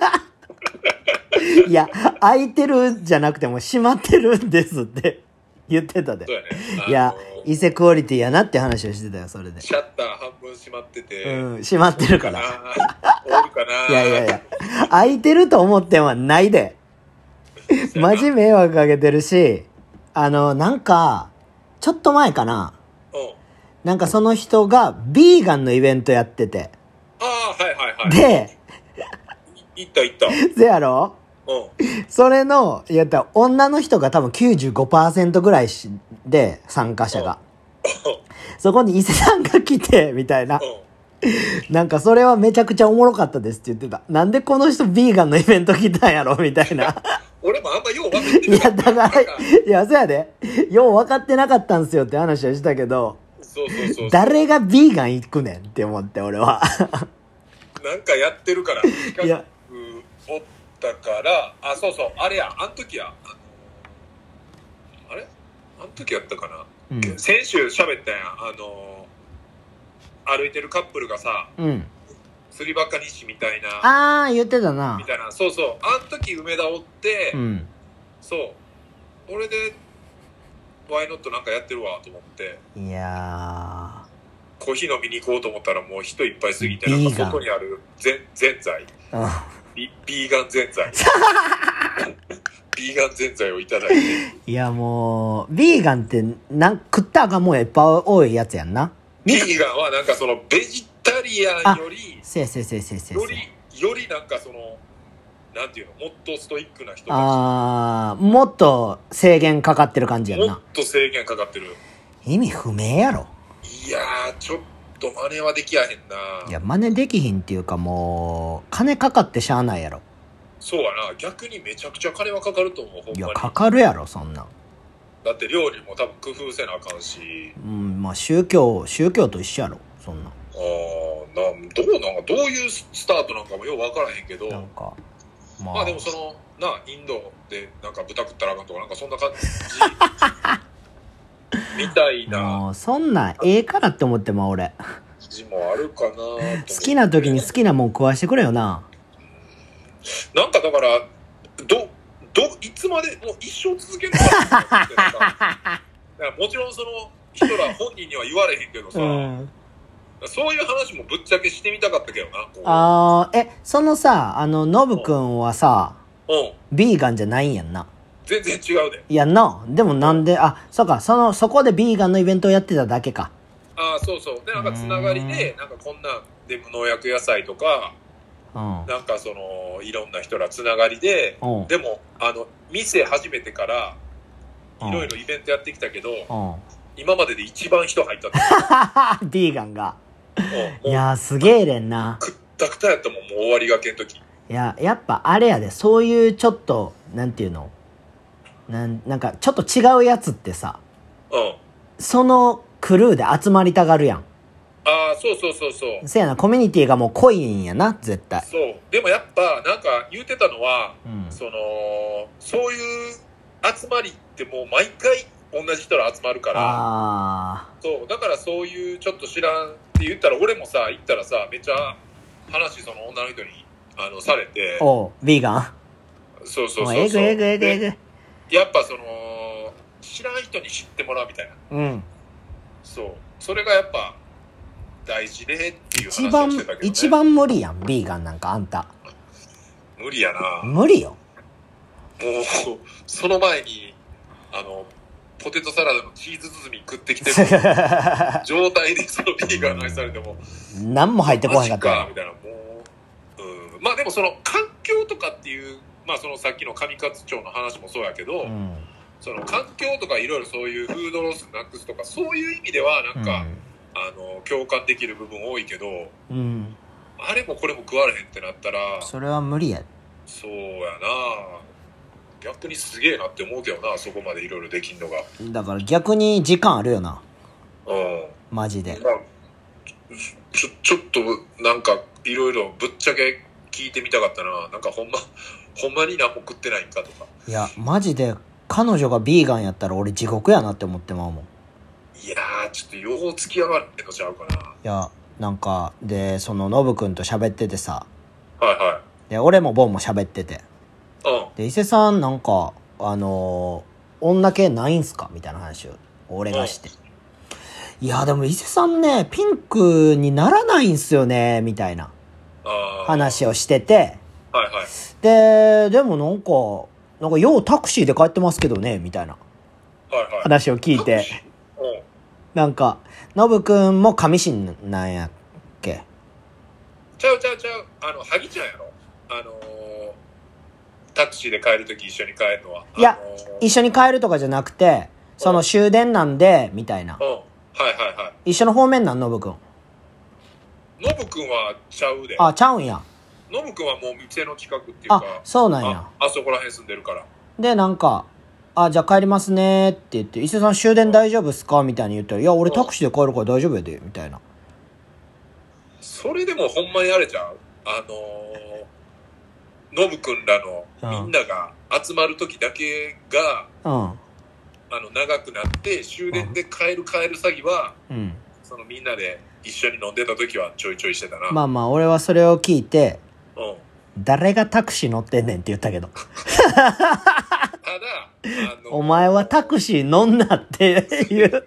S1: いや、空いてるじゃなくても閉まってるんですって言ってたで
S2: そう。やね。あの
S1: いや、伊勢クオリティやなって話をしてたよ、それで。
S2: シャッター半分閉まってて。
S1: うん、閉まってるから。い
S2: あーおるかな。
S1: やいやいや、空いてると思ってはないで。マジ迷惑かけてるし、あの、なんか、ちょっと前かな。
S2: うん。
S1: なんかその人が、ビーガンのイベントやってて。
S2: ああ、はいはいはい。
S1: で、
S2: いったいった。うん。
S1: せやろ
S2: う
S1: それの、言ったら女の人が多分95%ぐらいしで、参加者が。そこに伊勢さんが来て、みたいな。
S2: ん。
S1: なんかそれはめちゃくちゃおもろかったですって言ってた。なんでこの人ビーガンのイベント来たんやろみたいな。
S2: 俺もあんまよう分かって
S1: い
S2: ない
S1: や、だから、いや、そやで。よう分かってなかったんすよって話はしたけど、
S2: そうそうそう。
S1: 誰がビーガン行くねんって思って、俺は。
S2: なんかやってるから。企
S1: いや
S2: 画おったから、あ、そうそう、あれや、あん時や。あのあれあん時やったかな。
S1: うん。
S2: 先週喋ったやん。あの、歩いてるカップルがさ、
S1: うん。
S2: 釣りバカ西みたいな、
S1: あー、言ってたな
S2: み。たいな。そうそう。あん時梅田おって、
S1: うん。
S2: そう。俺で、ワイノットなんかやってるわと思って。
S1: いや
S2: コーヒー飲みに行こうと思ったらもう人いっぱいすぎて、
S1: ビ
S2: な
S1: ーガン
S2: んか外にあるぜぜんざい、
S1: うん。
S2: ビビーガンぜん ざい。ビーガンぜんざいをいただいて、
S1: いや、もう、ビーガンって、なん、食ったらあかんもんやいっぱい多いやつやんな。
S2: ビーガンはなんかそのベジタリアンより、
S1: せやせやせやせやせや
S2: よ
S1: せや。
S2: り、よりなんかその、なんていうの、もっとストイックな人た
S1: あー、もっと制限かかってる感じ
S2: ち、
S1: やん
S2: もっ
S1: な。
S2: と制限かかってる。
S1: 意味不明やろ。。
S2: いやー、ちょっと真似はできやへんない
S1: や、真似できひんっていうかもう、金かかってしゃあないやろ。
S2: そうやな、逆にめちゃくちゃ金はかかると思う、ほん
S1: いや、
S2: まに。
S1: かかるやろ、そんなん。
S2: だって料理も多分工夫せなあかんし、
S1: うん、まあ宗教、宗教と一緒やろ、そんなん。
S2: あーなんどうなんか、どういうスタートなんかもようわからへんけど、
S1: なんか、まあ。
S2: まあでもその、な、インドでなんか豚食ったらあかんとか、なんかそんな感 じみたいな
S1: もう、そんなん、ええからって思ってまう、俺。
S2: 字もあるかなと思って
S1: 好きな時に好きなもん食わしてくれよな。
S2: なんかだから、ど、ど、いつまで、もう一生続けるのかなってなんかだからもちろんその、ヒトラー本人には言われへんけどさ、
S1: うん。
S2: そういう話もぶっちゃけしてみたかったけどな、こう
S1: あー、え、そのさ、あの、ノブくんはさ、
S2: うん、
S1: ビーガンじゃないんやんな。
S2: 全然違うで。
S1: いや、な。でもなんで、あ、そうか、その、そこでビーガンのイベントをやってただけか。
S2: ああ、そうそう。で、なんかつながりで、なんかこんなんで無農薬野菜とか、
S1: うん。
S2: なんかその、いろんな人らつながりで、
S1: うん。
S2: でも、あの、店始めてから、
S1: うん
S2: いろいろイベントやってきたけど、
S1: うん。
S2: 今までで一番人入ったって。
S1: ビーガンが。
S2: う ん
S1: い
S2: もう、
S1: やー、すげえれんな。
S2: くったくたやったもん、もう終わりがけん時。
S1: いや、やっぱあれやで、そういうちょっと、なんていうのなん、なんか、ちょっと違うやつってさ、
S2: うん。
S1: そのクルーで集まりたがるやん。
S2: ああ、そうそうそうそう。
S1: せやな、コミュニティがもう濃いんやな、絶対。
S2: そう。でもやっぱ、なんか言うてたのは、
S1: うん。
S2: その、そういう集まりってもう毎回同じ人ら集まるから、
S1: あ
S2: そう。だからそういうちょっと知らんって言ったら、俺もさ、行ったらさ、めっちゃ話その女の人に、あの、されて
S1: ー。、おう、ビーガン
S2: そうそうそう
S1: も
S2: そうう。
S1: えぐえぐえぐえ
S2: で
S1: ぐ。
S2: やっぱその、知らん人に知ってもらうみたいな。
S1: うん。
S2: そう。それがやっぱ、大事でっていう
S1: 一
S2: 話を
S1: 番
S2: してたけど、ね、、
S1: 一番無理やん、ビーガンなんかあんた。
S2: 無理やな。
S1: 無理よ。
S2: もう、その前に、あの、ポテトサラダのチーズ包み食っ てきてる状態でそのビーガンの愛されても、
S1: 何も入ってこへんかった
S2: マジみたいな、もう、うん。まあでもその環境とかっていう、まあそのさっきの上勝町の話もそうやけど、
S1: よ。うん。
S2: その環境とかいろいろそういうフードロスなくすとか、そういう意味ではなんか、あの、共感できる部分多いけど、
S1: うん。うん。
S2: あれもこれも食われへんってなったら、
S1: それは無理や。
S2: そうやな逆にすげえなって思うけどな、そこまでいろいろできんのが。
S1: だから逆に時間あるよな。
S2: うん。
S1: マジで。
S2: まあ、ちょ、ちょっと、なんか、いろいろぶっちゃけ聞いてみたかったな。なんか、ほんま、 ほんまに何も食ってないんかとか。
S1: いや、マジで、彼女がビーガンやったら俺地獄やなって思ってまうもん。い
S2: いやー、ちょっと、よう付き合われてのちゃうかな。
S1: や、なんか、で、その、ノブくんと喋っててさ、
S2: はいは
S1: で、俺もボンも喋ってて。
S2: い。うん。
S1: で、伊勢さん、なんか、あのー女系ないんすかみたいな話を、俺がして。いや、でも伊勢さんね、ピンクにならないんすよね、みたいな
S2: あー。
S1: 話をしてて。
S2: はいはい。
S1: で、でもなんか、なんか、ようタクシーで帰ってますけどね、みたいな
S2: はいはい。
S1: 話を聞いて。
S2: うん。
S1: なんか、ノブくんも上心なんやっけ
S2: ちゃうちゃうちゃう。あの、萩ちゃんやろ。あのー、タクシーで帰るとき一緒に帰るのは。
S1: いや
S2: あのー
S1: 一緒に帰るとかじゃなくて、その終電なんで、みたいな
S2: う。ん。はいはいは
S1: 一緒の方面なん、ノブくん。
S2: い。ノブくんはちゃうで。
S1: あ、ちゃうんや。
S2: ノブくんはもう店の近くっていう
S1: あ
S2: か、、
S1: そうなんや
S2: あ。あそこら辺住んでるから。
S1: で、なんか、あ、じゃあ帰りますねって言って、伊勢さん終電大丈夫っすかみたいに言ったら、いや、俺タクシーで帰るから大丈夫やで、みたいな。
S2: それでもほんまにあれちゃうあのー、ノブくんらのみんなが集まる時だけが、
S1: うん。
S2: あの、長くなって、終電で帰る帰る詐欺は、
S1: うん。
S2: そのみんなで一緒に飲んでた時はちょいちょいしてたな。
S1: まあまあ、俺はそれを聞いて、
S2: うん。
S1: 誰がタクシー乗ってんねんって言ったけど、
S2: ただ、あのー
S1: お前はタクシー乗んなっていう。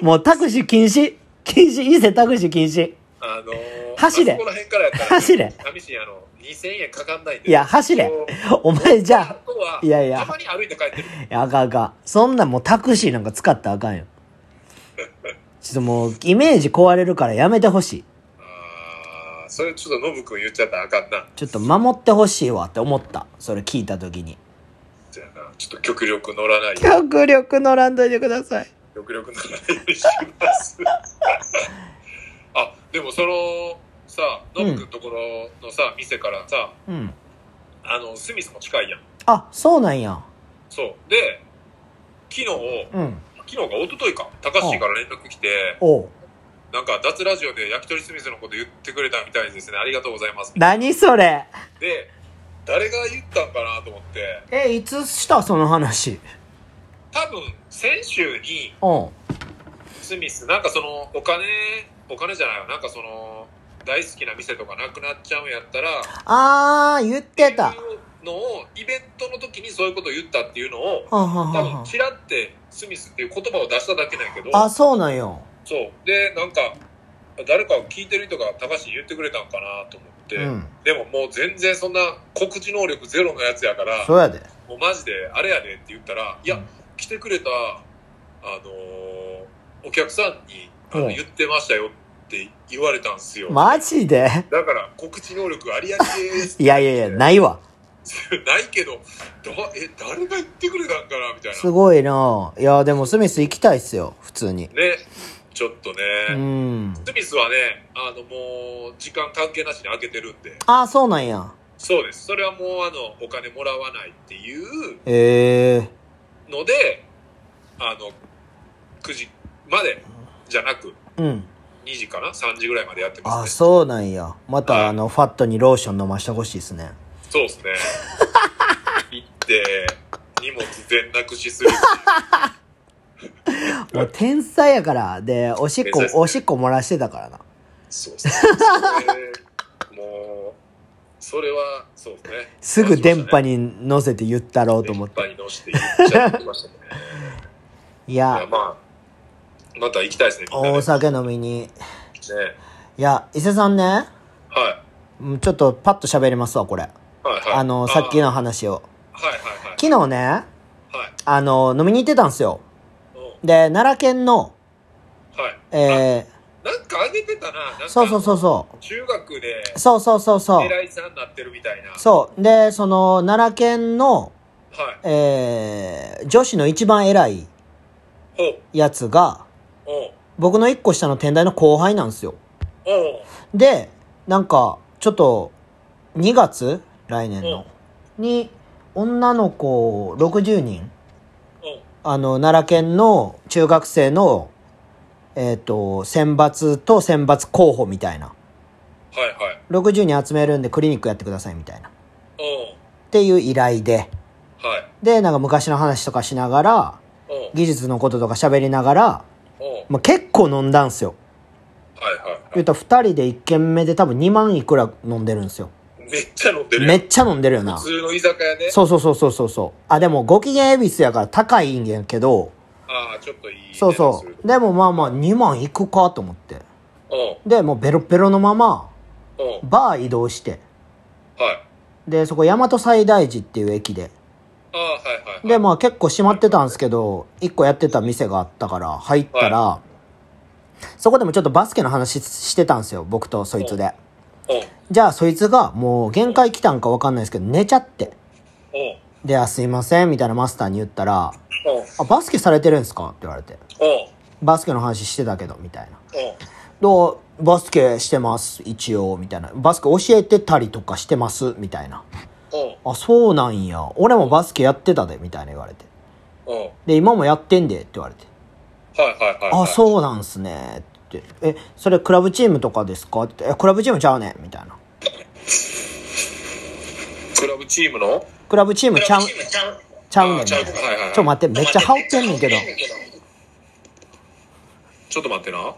S1: もうタクシー禁止禁止伊勢タクシー禁止
S2: あのー、
S1: 走れ
S2: あそこら辺からやったら、
S1: 走れ
S2: 寂しい、あの、2000円かかんないんで。
S1: いや、走れ
S2: こう
S1: お前じ
S2: あ
S1: ゃ
S2: とは、
S1: いやいや
S2: たまに歩いて帰ってる。
S1: あ、いやあかんあかん。そんなんもうタクシーなんか使ったらあかんよ。ちょっともう、イメージ壊れるからやめてほしい。
S2: あーそれちょっとノブ君言っちゃったらあかんな。
S1: ちょっと守ってほしいわって思った。それ聞いた時に。
S2: じゃあな、ちょっと極力乗らないよ。
S1: 極力乗らんといてください。
S2: 極力乗らないようにします。 あ、でもその、さ、ノブ君のところのさ、店からさ、
S1: うん。
S2: あの、スミスも近いやん。
S1: あ、そうなんや。
S2: そう。で、昨日、
S1: うん。
S2: 昨日が一昨日か、高橋から連絡来て、
S1: おう
S2: なんか脱ラジオで焼き鳥スミスのこと言ってくれたみたいですね。ありがとうございます。
S1: 何それ
S2: で、誰が言ったんかなと思って、
S1: え、いつしたその話。
S2: 多分先週に
S1: うん。
S2: スミス、なんかそのお金、お金じゃないわ、なんかその大好きな店とかなくなっちゃうんやったら、
S1: あー、言ってた。
S2: っていうのをイベントの時にそういうことを言ったっていうのを、
S1: はんはんは
S2: 多
S1: んは
S2: 分
S1: ん
S2: ちらってスミスっていう言葉を出しただけなんやけど、
S1: あ、そうなんや。
S2: そう。で、なんか、誰かを聞いてる人が高橋に言ってくれたんかなと思って、
S1: うん。
S2: でももう全然そんな告知能力ゼロのやつやから、
S1: そうやで。
S2: もうマジであれやでって言ったら、いや、来てくれた、あのーお客さんにあの
S1: うん
S2: 言ってましたよって言われたんすよ。
S1: マジで
S2: だから告知能力ありありで す
S1: いやい やいや、ないわ。
S2: ないけど、だえ、誰が言ってくれたんかなみたい
S1: す
S2: な。
S1: ごいなぁいや、でもスミス行きたいっすよ、普通に。
S2: ね、ちょっとね。
S1: うん。
S2: スミスはね、あのもう時間関係なしに開けてるんで、
S1: あ、そうなんや。
S2: そうです。それはもうあの、お金もらわないっていう
S1: ええ
S2: ので、あの、9時までじゃなく、
S1: うん。
S2: 2時かな3時ぐらいまでやってま
S1: あ、
S2: すね
S1: そうなんや。ま
S2: はい
S1: た、あの、ファットにローション飲ましてほしいですね。
S2: そうですね 行って荷物全なくしする
S1: もう天才やから。で、おしっこ
S2: 天才っ、すね
S1: おしっこ漏らしてたからな。
S2: そうですねそれもうそれはそうですね
S1: すぐ電波
S2: に
S1: に乗せて言ったろうと
S2: 電
S1: 思っ
S2: 波
S1: て。
S2: に乗せて言っちゃってましたね
S1: い
S2: いや
S1: や、
S2: まあまた行きたいですねみんな
S1: お
S2: でね
S1: 酒飲みに。いや、伊勢さんね、
S2: はい
S1: うんちょっとパッと喋りますわ、これ。
S2: はいはい
S1: あの、さっき
S2: あ
S1: の話を。
S2: ーはいはいはい
S1: 昨日ね、
S2: はい
S1: あの、飲みに行ってたんすよ。
S2: う
S1: で、奈良県の、
S2: んはい
S1: え
S2: なんかあげてたななんか
S1: ー、そうそうそうそ
S2: 中学で
S1: う。そうそうそうそう。
S2: 偉いさんになってるみたいな
S1: そう。で、その、奈良県の、
S2: はい
S1: えー、女子の一番偉い
S2: ほう
S1: やつが、
S2: おう
S1: 僕の一個下の天台の後輩なんですよ。
S2: おう
S1: で、なんか、ちょっと、2月来年の。に、女の子60人、
S2: おう
S1: あの、奈良県の中学生の、えっ、と、選抜と選抜候補みたいな。
S2: はいはい
S1: 60人集めるんでクリニックやってくださいみたいな。っ
S2: おう
S1: ていう依頼で。
S2: はい。
S1: で、なんか昔の話とかしながら、
S2: おう
S1: 技術のこととか喋りながら、
S2: おう
S1: まあ、結構飲んだんすよ。
S2: はいはい
S1: 言うたら2人で1軒目で多分2万いくら飲んでるんですよ。
S2: はい。めっちゃ飲んでるや
S1: め
S2: ん。
S1: っちゃ飲んでるよな
S2: 普。通の居酒屋で。
S1: そうそうそうそうそうそう。あ、でもご機嫌恵比寿やから高いんやけど、
S2: ああ、ちょっといい値
S1: そう
S2: 段する。
S1: そう。でもまあまあ2万いくかと思って。
S2: おう
S1: で、もうベロッベロのまま、
S2: おう
S1: バー移動して。
S2: はい。
S1: で、そこ大和西大寺っていう駅で。
S2: ああ、はいはいはい。
S1: で、まあ結構閉まってたんですけど、一個やってた店があったから、入ったら、そこでもちょっとバスケの話してたんですよ、僕とそいつで。
S2: おう
S1: じゃあそいつがもう限界来たんかわかんないですけど、寝ちゃって。
S2: おう
S1: で、あ、すいません、みたいなマスターに言ったら、
S2: おう
S1: あ、バスケされてるんですかって言われて。
S2: おう
S1: バスケの話してたけど、みたいな。
S2: おう
S1: どうバスケしてます、一応、みたいな。バスケ教えてたりとかしてます、みたいな。
S2: おう
S1: あ、そうなんや。俺もバスケやってたで、みたいな言われて。
S2: おう
S1: で、今もやってんで、って言われて。
S2: はいはいはいはい。
S1: あ、そうなんすね。って。え、それクラブチームとかですかって。え、クラブチームちゃうねんみたいな。
S2: クラブチームの
S1: クラブチームちゃう、
S2: ちゃう。
S1: ちゃうねん
S2: あー
S1: み
S2: ち
S1: た
S2: ゃ
S1: いうな。
S2: か
S1: ち
S2: はいはいはい。
S1: ょ、待って、めっちゃ羽織ってんねん けど。
S2: ちょっと待ってな。は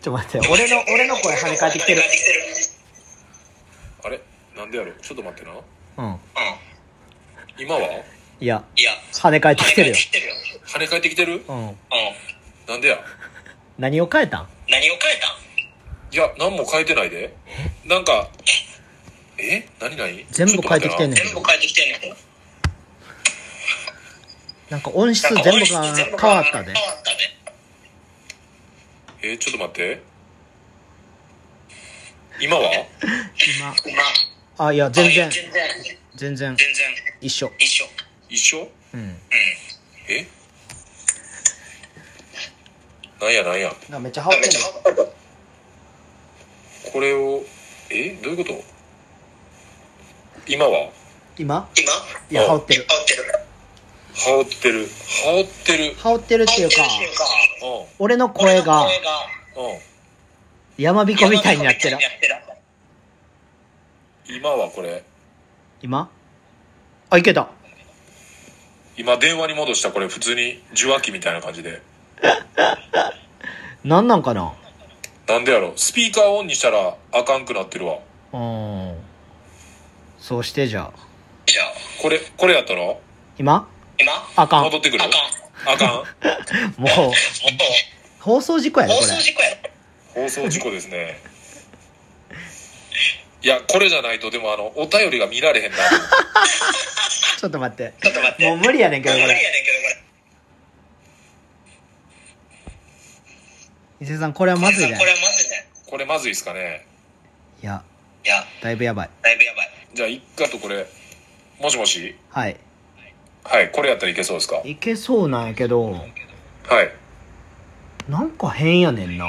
S1: ちょ、待って、俺の、俺の声跳ね返ってきてる。
S2: あれなんでやろうちょっと待ってな。うん。
S1: うん。
S2: 今はい
S1: や、
S3: いや、
S1: 跳ね返ってきてるよ。
S3: 知ってるよ。
S2: 跳ね返ってきてる
S1: うん。
S3: う
S2: なんでや
S1: 何を変えたん
S3: 何を変えたん
S2: いや、何も変えてないで。なんか、え何何
S1: 全部変えてきてんねん
S3: 全部変えてきてんねん。
S1: なんか音質全部が変わったで
S3: 変。わったで。
S2: えーちょっと待って。今は
S1: 今。
S3: 今。
S1: あ、いや、全然
S3: あ、全然。
S1: 全然、
S3: 全然。
S1: 一緒。
S3: 一緒。
S2: 一緒
S1: うん。
S2: えなんやなんや。
S1: なんかめっちゃ羽
S3: う
S1: 織
S3: ん。
S1: っ
S3: め
S1: て
S3: っ
S1: ん
S3: ちゃ
S1: の
S3: 変わった。
S2: これを、えどういうこと今は
S1: 今
S3: 今
S1: いや、羽織ってる。
S3: 合ってる。
S2: 羽織ってる。羽織ってる。
S1: 羽織ってるっていうか、
S3: 合ってるっていうか
S2: う
S1: 俺の声が
S3: 俺の声が
S2: ん。うん。
S1: 山彦みたいになってる
S3: 山。彦みたいになってる
S2: 今はこれ。
S1: 今あ、いけた。
S2: 今電話に戻したこれ普通に受話器みたいな感じで。
S1: なんなんかな
S2: なんでやろスピーカーオンにしたらあかんくなってるわ。
S1: うーん。そうしてじゃあ。
S3: じゃあ、
S2: これ、これやったの
S1: 今
S3: 今
S1: あかん。
S2: 戻ってくる
S3: あかん。
S2: あかん
S1: もう、
S3: 本当
S1: 放送事故やで、
S3: 放
S1: こ
S3: 送事故やろ。
S2: 放送事故ですね。いや、これじゃないと、でもあの、お便りが見られへんな。
S1: れ。ちょっと待って。
S3: ちょっと待って。
S1: もう無理やねんけど、こ
S3: 無理
S1: れ。
S3: やねんけど、これ。
S1: 伊勢さん、これはまずいね
S3: こ。れはまずいね。
S2: これまずいっすかね。
S1: いや、
S3: いや、
S1: だいぶやばい。
S3: だいぶやばい。
S2: じゃあ、一回とこれ、もしもし
S1: はい。
S2: はい、これやったらいけそうですかはい。
S1: いけそうなんやけど、なんか変やねんな。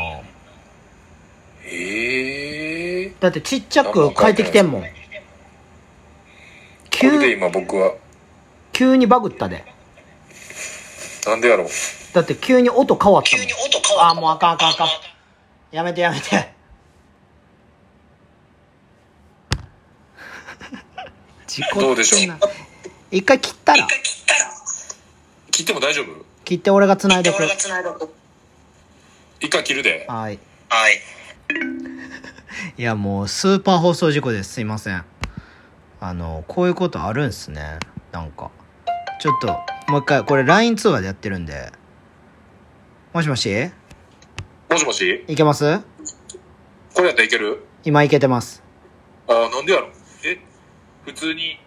S2: ええ
S1: だってちっちゃく変えてきてんもん。
S2: ー。これで
S1: 急、
S2: 今僕は、
S1: 急にバグったで。
S2: なんでやろう。
S1: だって急に音変わった
S3: 急
S1: もん
S3: に。音変わった。
S1: あもうあかんあかんあかんやめてやめ て。事故
S2: どうでしょう
S1: 一回切ったら
S3: 一、回切ったら、
S2: 切っても大丈夫
S1: 切って俺が繋いで
S3: で
S1: く
S3: 俺が繋いだと。
S2: 一回切るで。
S1: はい。
S3: はい。
S1: いやもうスーパー放送事故です。すいません。あの、こういうことあるんすね。なんか。ちょっと、もう一回、これ LINE 通話でやってるんで。もしもし
S2: もしもし
S1: いけます
S2: これやったらいける
S1: 今いけてます。
S2: ああ、なんでやろう。え、普通に、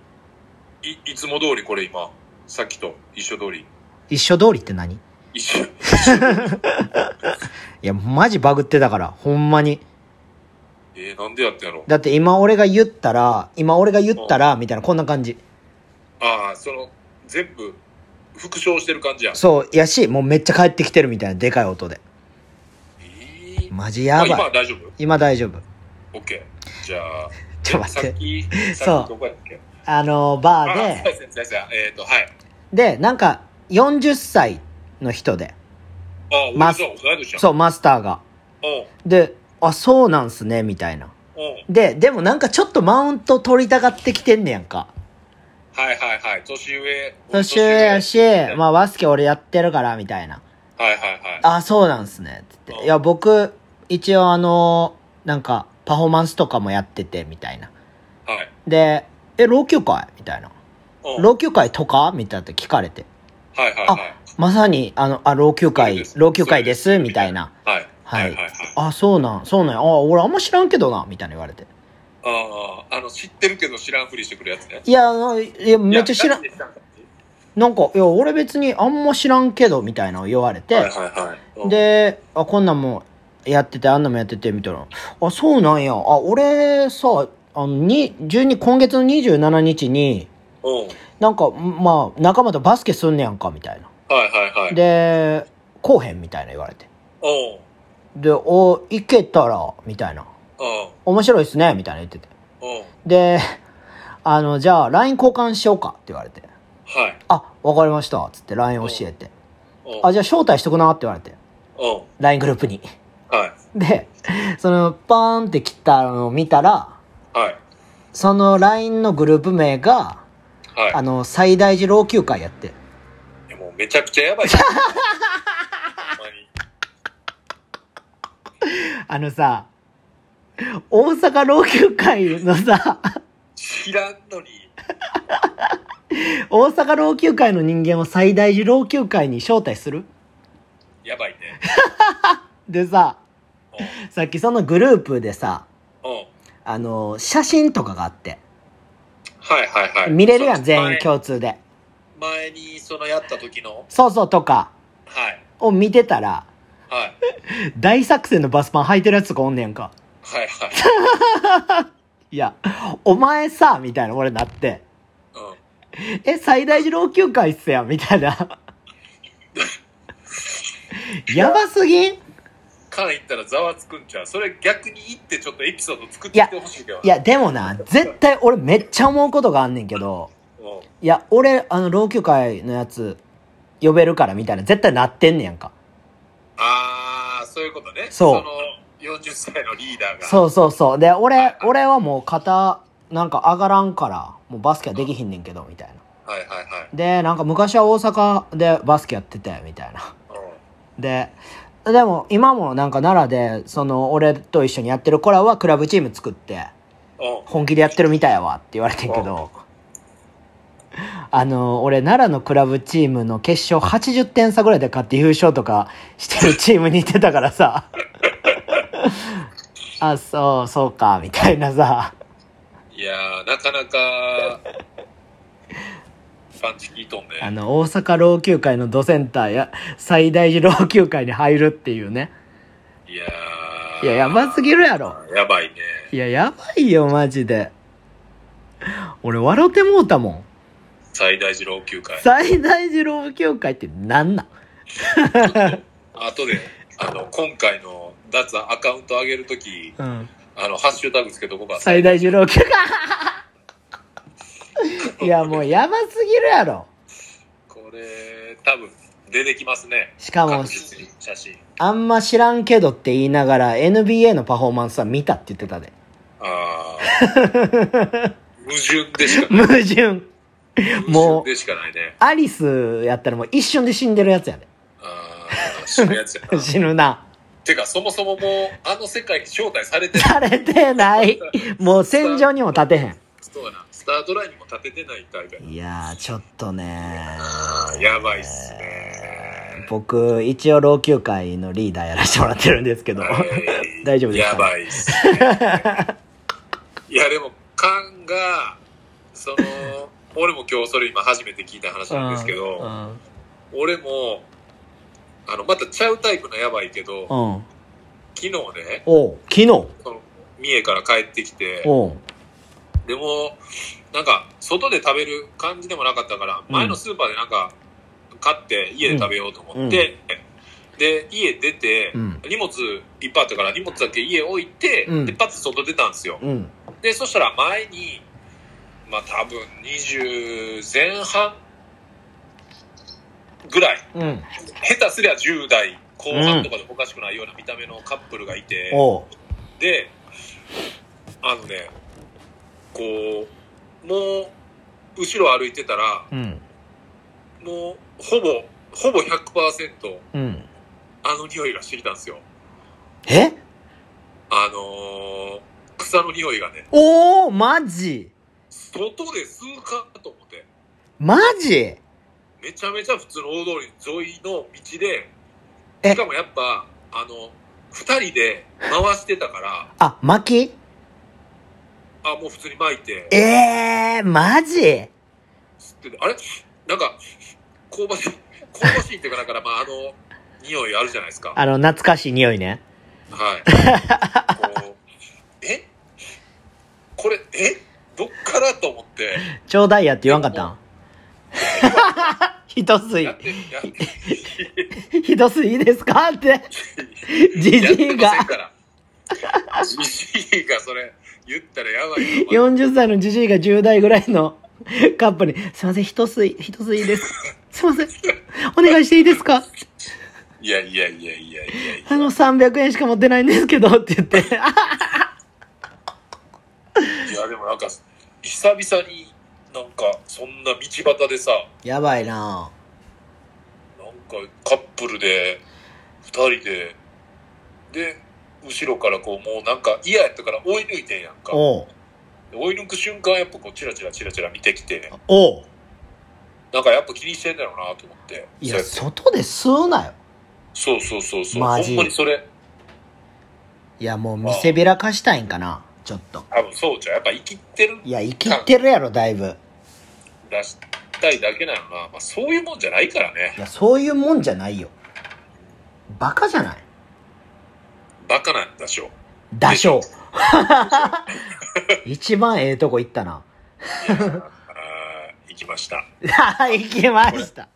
S2: い、いつも通りこれ今、さっきと一緒通り。
S1: 一緒通りって何い
S2: 一緒。
S1: や、マジバグってたから、ほんまに。
S2: えー、なんでやったんやろう。
S1: だって今俺が言ったら、今俺が言ったら、みたいな、こんな感じ。
S2: ああ、その、全部、復唱してる感じや。
S1: そう、やし、もうめっちゃ帰ってきてるみたいな、でかい音で。
S2: えー
S1: マジや
S2: あ今
S1: ば。
S2: はい大丈夫
S1: 今大丈夫。
S2: オッケー。じゃあ、
S1: ちょっと待って そう
S2: えさっき、さっきどこやっけ
S1: あの、バ
S2: あ、
S1: ー
S2: そうですね、先生。えっ、と、はい。
S1: で、で、なんか、40歳の人で、
S2: あ、
S1: ま
S2: おじさん、同い年やん。
S1: そう、マスターが。
S2: うん。
S1: で、あ、そうなんすね、みたいな。
S2: うん。
S1: で、でもなんかちょっとマウント取りたがってきてんねやんか。
S2: はいはいはい。年上。
S1: 年上やし、ま
S2: あ。
S1: あ、バスケ俺やってるから、みたいな。
S2: はいはいはい。
S1: あ、そうなんすね。つって。いや、僕、一応あの、なんか、パフォーマンスとかもやってて、みたいな。
S2: はい。
S1: で、え、老朽会みたいな。
S2: うん。
S1: 老朽会とかみたいなって聞かれて。
S2: はいはいはい。
S1: まさに、あの、あ、老朽
S2: そうで
S1: 会、
S2: す
S1: 老朽会で
S2: そう
S1: す、
S2: です
S1: みたいな。
S2: はい。
S1: は
S2: はいいはいはい。
S1: あ、そうなん、そうなんや。あ、俺あんま知らんけどな、みたいな言われて。
S2: ああ、あの、知ってるけど知らんふりしてくるやつね。
S1: いや、あの、いや、めっちゃ知らん
S2: い、やなんで
S1: なんか、いや、俺別にあんま知らんけど、みたいなの言われ
S2: はい
S1: て。
S2: はいはい。うん、
S1: で、あ、こんなんもやってて、あんなんもやってて、みたいな。あ、そうなんや。あ、俺さ、あの、に、12、今月の27日に、
S2: うん。
S1: なんか、まあ、仲間とバスケすんねやんか、みたいな。
S2: はいはいはい。
S1: で、こうへんみたいな言われて。
S2: うん。
S1: で、お、行けたら、みたいな。
S2: う
S1: 面白いっすね、みたいな言ってて。
S2: ん。うん。
S1: で、 あの、じゃあ、LINE 交換しようか、って言われて。
S2: はい。
S1: あ、わかりました、つって LINE 教えて。
S2: うん。
S1: あ、じゃあ招待しとくな、って言われて。
S2: うん。
S1: LINE グループに。
S2: はい。
S1: で、その、パーンって来たのを見たら、
S2: はい。
S1: その LINE のグループ名が、
S2: はい。
S1: あの、最大寺老朽会やって。
S2: いやもうめちゃくちゃやばい。ほんまに
S1: あのさ、大阪老朽会のさ、
S2: 知らんのに。
S1: 大阪老朽会の人間を最大寺老朽会に招待する
S2: やばいね。
S1: でさ
S2: うん
S1: さっきそのグループでさ
S2: うん。
S1: あの写真とかがあって
S2: はいはいはい。
S1: 見れるや
S2: そ
S1: ん
S2: う
S1: 全員共通で
S2: 前前に、そのやった時の、
S1: そうそうとか
S2: はい。
S1: を見てたら
S2: はい。
S1: 大作戦のバスパン履いてるやつとかおんねやんか
S2: はいはい。
S1: いやお前さみたいな俺なって
S2: うん。
S1: え最大老朽化っすやんみたいな やばすぎん
S2: から言ったらざわつくんちゃうそれ逆に言ってちょっとエピソード作ってきてほしいけどない
S1: やでもな絶対俺めっちゃ思うことがあんねんけど
S2: うん
S1: いや俺あの老朽会のやつ呼べるからみたいな絶対なってんねやんか
S2: ああそういうことね
S1: そう
S2: の40歳のリーダーがう
S1: そうそうそうで俺俺はもう肩なんか上がらんからもうバスケはできひんねんけどみたいな
S2: はいはいはい
S1: でなんか昔は大阪でバスケやっててみたいな
S2: うん
S1: ででも今もなんか奈良でその俺と一緒にやってる子らはクラブチーム作って
S2: うん
S1: 本気でやってるみたいやわって言われてんけどあの俺奈良のクラブチームの決勝80点差ぐらいで勝って優勝とかしてるチームにいてたからさあそうそうかみたいなさ
S2: いやーなかなかパンチ効いとんね
S1: あの大阪老朽会のドセンターや最大寺老朽会に入るっていうね
S2: いやー
S1: いややばすぎるやろ
S2: やばいね
S1: いややばいよマジで俺笑うてもうたもん
S2: 最大寺老朽会
S1: 最大寺老朽会ってなんなん
S2: あとであの今回の脱アカウント上げるとき
S1: うん
S2: あのハッシュタグつけとこうか
S1: 最大重量級 いやもうやばすぎるやろ
S2: これ多分出てきますね
S1: しかも
S2: 確実に写真
S1: あんま知らんけどって言いながら NBA のパフォーマンスは見たって言ってたで
S2: あー矛盾でしか
S1: 矛盾 もう
S2: 矛盾でしかないね
S1: アリスやったらもう一瞬で死んでるやつやで
S2: ああ死ぬやつや な
S1: 死ぬな
S2: てかそもそももうあの世界に招待されてない
S1: されてないもう戦場にも立てへ
S2: そうやなスタートラインにも立ててない大会
S1: んいやーちょっとね
S2: あーやばいっすね
S1: 僕一応老朽会のリーダーやらせてもらってるんですけど
S2: はい
S1: 大丈夫ですか
S2: やばいっすねいやでもカンがその 俺も今日それ今初めて聞いた話なんですけど、
S1: うん
S2: 俺もあのまたちゃうタイプのやばいけど、
S1: うんうん
S2: 昨日ね
S1: おう昨日
S2: その三重から帰ってきて
S1: おう
S2: でもなんか外で食べる感じでもなかったから、
S1: うん
S2: 前のスーパーでなんか買って家で食べようと思って、で家出て、
S1: うん
S2: 荷物いっぱいあったから荷物だけ家置いて、
S1: うん
S2: でパッと外出たんですよ
S1: うん
S2: でそしたら前にまあ多分20前半ぐらい
S1: うん
S2: 下手すりゃ10代後半とかでおかしくないような見た目のカップルがいて、
S1: おう
S2: であのねこうもう後ろ歩いてたら
S1: うん
S2: もうほぼほぼ100%
S1: うん
S2: あの匂いがしてきたんですよ
S1: え
S2: あのー草の匂いがね
S1: おおマジ
S2: 外で吸うかと思って
S1: マジ
S2: めちゃめちゃ普通の大通り沿いの道
S1: え
S2: でしかもやっぱあの2人で回してたから
S1: あ、巻き
S2: あもう普通に巻いて
S1: ええー、マジ
S2: 吸っててあれなんか香ばしい香ばしいっていうかだからまああの匂いあるじゃないですか
S1: あの、懐かしい匂いね。
S2: はい。こうえこれ、えどっからと思って、
S1: ちょうだいやって言わんかったん 一吸
S2: やって、やって、
S1: い、一吸いいいですかって。じ
S2: やっ
S1: じ
S2: て
S1: い
S2: ません
S1: が、
S2: から。じじいがそれ、言ったらやばいよ。
S1: 40歳のじじいが10代ぐらいの カップに、すいません、一吸い、一吸いいです。すいません、お願いしていいですか
S2: いやいやいやいやいやい
S1: あ
S2: や。
S1: の、300円しか持ってないんですけど、って言って。
S2: いや、でもなんか、久々になんか、そんな道端でさ、
S1: やばいな
S2: なんかカップルで、二人で、で、後ろからこう、もうなんか嫌やったから追い抜いてんやんか。
S1: おう
S2: 追い抜く瞬間やっぱこうチラチラチラチラ見てきて
S1: おう
S2: なんかやっぱ気にしてんだろうなと思って
S1: い
S2: そ
S1: や、
S2: うやって
S1: 外で吸うなよ。
S2: そうそうそうそう
S1: マ
S2: ほ
S1: ジ
S2: んまにそれ
S1: いやもう見せびらかしたいんかなちょっと
S2: 多分そうちゃう。やっぱ生きってる
S1: いや生きってるやろだいぶ
S2: 出したいだけなのな。まあそういうもんじゃないからね
S1: い。やそういうもんじゃないよバカじゃない
S2: バカなんだしょ。
S1: ダショー 一番ええとこ行ったな
S2: あー行きました。
S1: はい行きました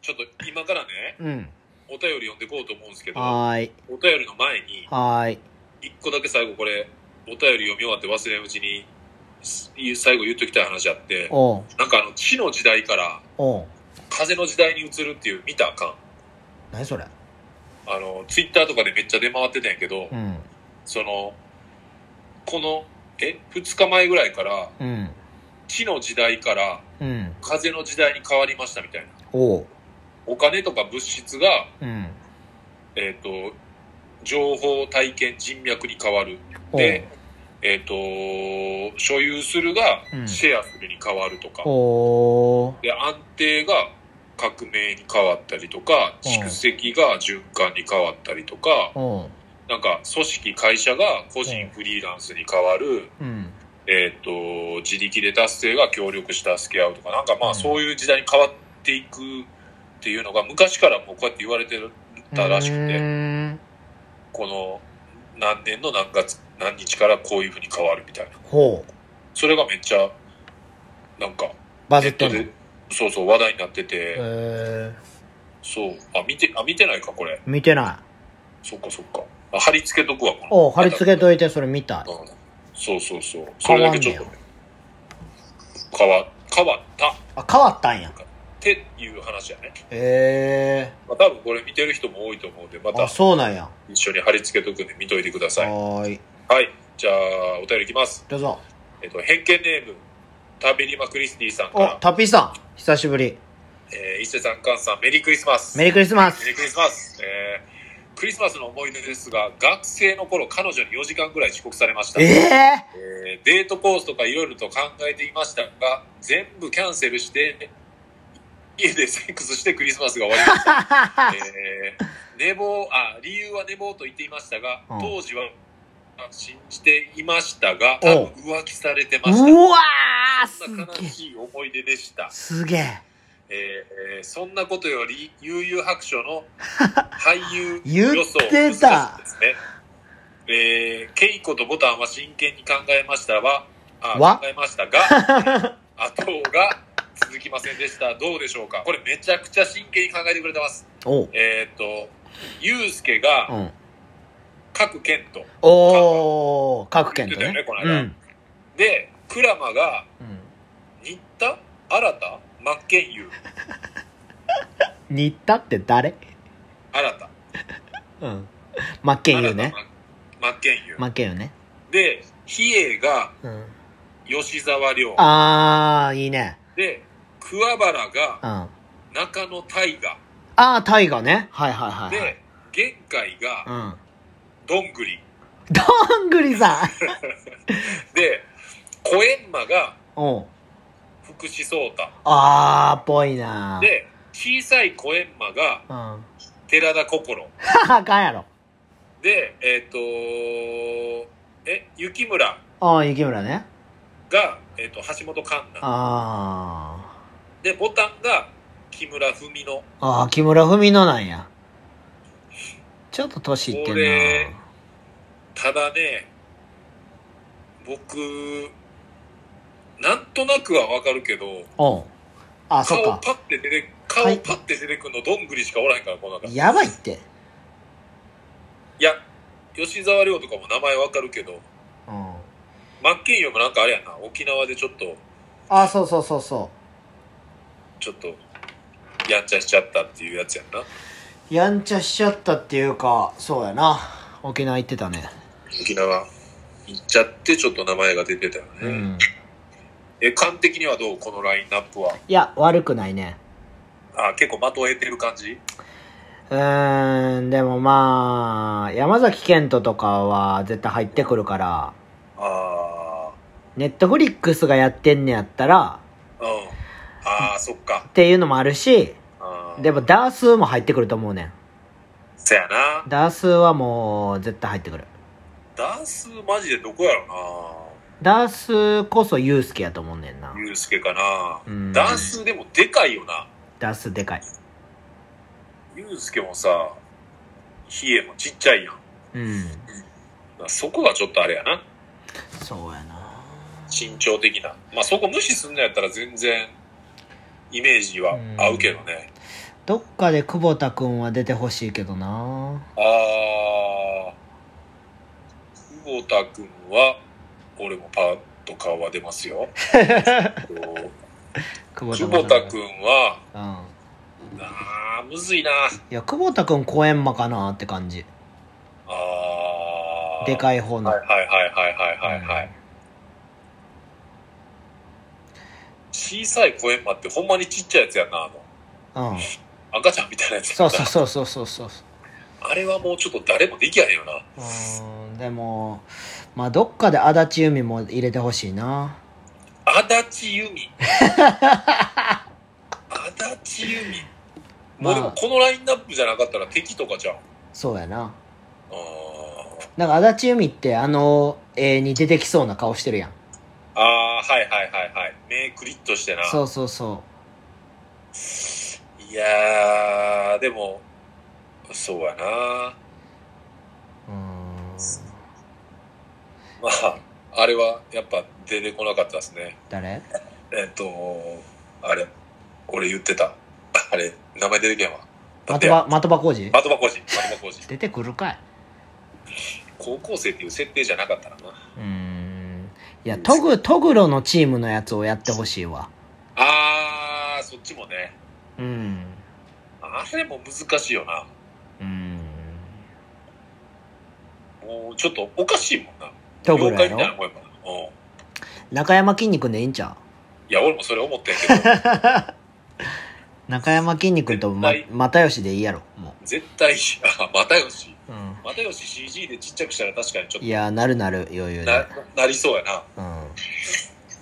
S2: ちょっと今からね、
S1: うん
S2: お便り読んでいこうと思うんですけど、
S1: はーい
S2: お便りの前に、
S1: はーい
S2: 一個だけ最後これ、お便り読み終わって忘れないうちに、す最後言っときたい話あって、
S1: おう
S2: なんかあの、地の時代から
S1: おう
S2: 風の時代に移るっていう見たらあかん。
S1: 何それ
S2: あの、ツイッターとかでめっちゃ出回ってたんやけど、
S1: うん
S2: その、この、え、2日前ぐらいから、
S1: うん
S2: 地の時代から
S1: うん
S2: 風の時代に変わりましたみたいな。
S1: おう
S2: お金とか物質が、
S1: うん
S2: えっ、と、情報、体験、人脈に変わる。
S1: おう
S2: で、えっ、と、所有するが
S1: う、ん
S2: シェアするに変わるとか、
S1: おう
S2: で、安定が革命に変わったりとか、
S1: うん
S2: 蓄積が循環に変わったりとか、
S1: おう
S2: なんか、組織、会社が個人、フリーランスに変わる、
S1: うん
S2: えっ、と、自力で達成が協力して助け合うとか、なんかま
S1: うん
S2: あそういう時代に変わっていくっていうのが、昔からもうこうやって言われてたらしく
S1: う
S2: て、
S1: ーん
S2: この何年の何月、何日からこういうふうに変わるみたいな。
S1: ほう
S2: それがめっちゃ、なんか、
S1: バズ
S2: ネ
S1: っ
S2: ット
S1: てんの
S2: で、そうそう話題になってて、
S1: え
S2: そう、あ、見て、あ、見てないか、これ。
S1: ー、見てない
S2: そっかそっか。あ貼り付けとくわ、この。
S1: おう貼り付けといてそれ見たい
S2: うんそうそうそう。それだけちょっとね、変わ、変わったっ
S1: あ変わったんや
S2: ていう話やね。
S1: え
S2: まあ、多分これ見てる人も多いと思うんで、ま
S1: えー、
S2: た
S1: あそうなんや
S2: 一緒に貼り付けとくんで見といてください。
S1: はーい
S2: はい。じゃあ、お便りいきます。
S1: どうぞ
S2: えっと、偏見ネーム、タベリマクリスティさんか
S1: お
S2: ら、
S1: タッピーさん久しぶり
S2: えー、伊勢さん、カンさん、メリークリスマス。
S1: メリークリスマス
S2: メリークリスマス。えー、クリスマスの思い出ですが、学生の頃、彼女に4時間ぐらい遅刻されました。
S1: ええ
S2: えーデートコースとかいろいろと考えていましたが、全部キャンセルして、家でセックスしてクリスマスが終わりまし た。えー寝坊、あ、理由は寝坊と言っていましたが、
S1: うん
S2: 当時はあ信じていましたが、
S1: お
S2: 多分浮気されてました。
S1: うわー
S2: そ
S1: す
S2: んな
S1: げ
S2: 悲
S1: え
S2: しい思い出でした。
S1: すげえ
S2: えーえーそんなことより、悠々白書の俳優
S1: 言
S2: 予
S1: っ
S2: 想
S1: てた
S2: 難しいですね。えー、ケイコとボタンは真剣に考えましたは、あ
S1: わ
S2: 考え ましたが、あとが続きませんでした。どうでしょうかこれめちゃくちゃ真剣に考えてくれてます。
S1: おう
S2: えーっ、と、ユうスケ
S1: う
S2: が
S1: ん
S2: 各県と、
S1: おー各県とね
S2: 言ってたよねこの
S1: う
S2: 間
S1: ん
S2: で、クラマが
S1: うん
S2: 新田新田真剣佑
S1: 新田って誰
S2: 新田。
S1: うん真剣佑ね
S2: 新田真剣佑。
S1: 真剣佑ね
S2: で、比叡が
S1: うん
S2: 吉沢亮。
S1: ああいいね
S2: で、桑原が
S1: うんあ
S2: 中野大河。
S1: あ大河ねはいはいはいはい
S2: で、玄海
S1: う
S2: が
S1: ん
S2: どんぐり。
S1: どんぐり さん
S2: で、小閻魔が
S1: おう
S2: 福士蒼太。
S1: あーぽいなー
S2: で、小さい小閻魔が
S1: うんは
S2: 寺田心。
S1: はあかんやろ
S2: で、えっ、とえ、雪村
S1: ああ雪村ね
S2: が、えっと橋本環奈。
S1: あ
S2: で、ボタンが木村文乃。
S1: ーあー木村文乃なんやちょっと年いってんな
S2: 俺ただね、僕、なんとなくはわかるけど、
S1: おうあそ
S2: 顔
S1: っか
S2: パッて出て、顔
S1: はい
S2: パッて出てくんのどんぐりしかおらへんから、この中。い
S1: やばいって
S2: や、吉沢亮とかも名前わかるけど、
S1: うん
S2: マッキンヨもなんかあれやな、沖縄でちょっと、
S1: あそうそうそうそ
S2: ちょっと、やんちゃしちゃったっていうやつやんな。
S1: うやんちゃしちゃったっていうかそうやな沖縄行ってたね
S2: 沖縄行っちゃって、ちょっと名前が出てたよね。
S1: うん
S2: え、感的にはどうこのラインナップは。
S1: いや悪くないね
S2: あ、結構的を得てる感じ
S1: うーんでもまあ山崎賢人とかは絶対入ってくるから
S2: あ
S1: ネットフリックスがやってんねやったら
S2: あ、うん。ああ、そっか
S1: っ。ていうのもあるし
S2: あー
S1: でもダースも入ってくると思うねん
S2: そやな。
S1: ダースはもう絶対入ってくる
S2: ダンスマジでどこやろ
S1: ダースこそユースケやと思うねんな
S2: な。ユうスケかな。
S1: うん
S2: ダンスでもでかいよな。
S1: ダースでかい
S2: ユうスケもさ、ヒエもちっちゃいやん。だ
S1: うん
S2: からそこがちょっとあれやな。
S1: そうやな
S2: 身長的な。まあそこ無視すんのやったら全然、イメージは合うけどね。
S1: どっかで久保田君は出てほしいけどな
S2: あー、久保田君は、俺もパッと顔は出ま すよ。
S1: 久
S2: 久保田君は、
S1: うん
S2: あー、むずいな。
S1: いや久保田君公演魔かなって感じ
S2: あー。
S1: でかい方の、
S2: はいはいはいはいはいはい。小さい声マってほんまにちっちゃいやつやんな、あの。
S1: うん
S2: 赤ちゃんみたいなやつ
S1: そ
S2: や
S1: うん
S2: な
S1: そうそうそうそうそう
S2: あれはもうちょっと誰もできやへんよな。
S1: うーんでもまあどっかで足立由美も入れてほしいな
S2: 足立 由美。足立由美。もうで
S1: まあ
S2: もこのラインナップじゃなかったら敵とかじゃん。
S1: そうやな
S2: あー
S1: なんか足立由美ってあの絵に出てきそうな顔してるやん
S2: あー、はいはいはいはい。目クリッとしてな。
S1: そうそうそ
S2: いやー、でも、そうやな。
S1: ううーん
S2: まあ、あれはやっぱ出てこなかったですね。
S1: 誰
S2: えっと、あれ、俺言ってた。 あれ、名前出てけんわ。
S1: 的場的場浩二
S2: 的場浩二。的場浩二。
S1: 出てくるかい
S2: 高校生っていう設定じゃなかったらな。
S1: うーんいやトグトグロのチームのやつをやってほしいわ
S2: あー、そっちもね。
S1: うん
S2: あれも難しいよな。
S1: うーん
S2: もうちょっとおかしいもんな。
S1: トグロ
S2: 妖
S1: や
S2: 怪みたいな
S1: ろ
S2: もんやもんな。うん。
S1: 中山筋肉でいいんちゃう
S2: いや、俺もそれ思ってんけ ど、
S1: 中山筋肉と、ま
S2: 絶、
S1: 又吉でいいやろも
S2: 絶対、あ、又吉。
S1: う、うん
S2: 又吉 CG でちっちゃくしたら確かにちょっ
S1: いやーなるなる余裕で
S2: とな、なりそうやな。
S1: うん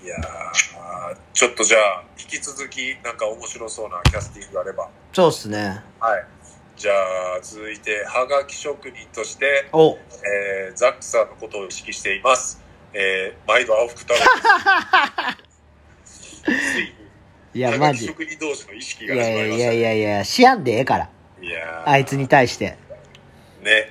S2: いやーちょっとじゃあ、引き続き、なんか面白そうなキャスティングがあれば。
S1: そうっすね
S2: はい。じゃあ、続いて、はがき職人として、
S1: お
S2: えー、ザックさんのことを意識しています。えー、毎度青福太郎です。つい
S1: い
S2: に、
S1: や
S2: は
S1: マ
S2: がき
S1: ジい
S2: 職人同士の意識
S1: や
S2: が
S1: い
S2: 始ま
S1: や
S2: りま
S1: い
S2: し
S1: や
S2: た。
S1: いやいやしやんでええから
S2: いやー
S1: あいつに対して
S2: ね。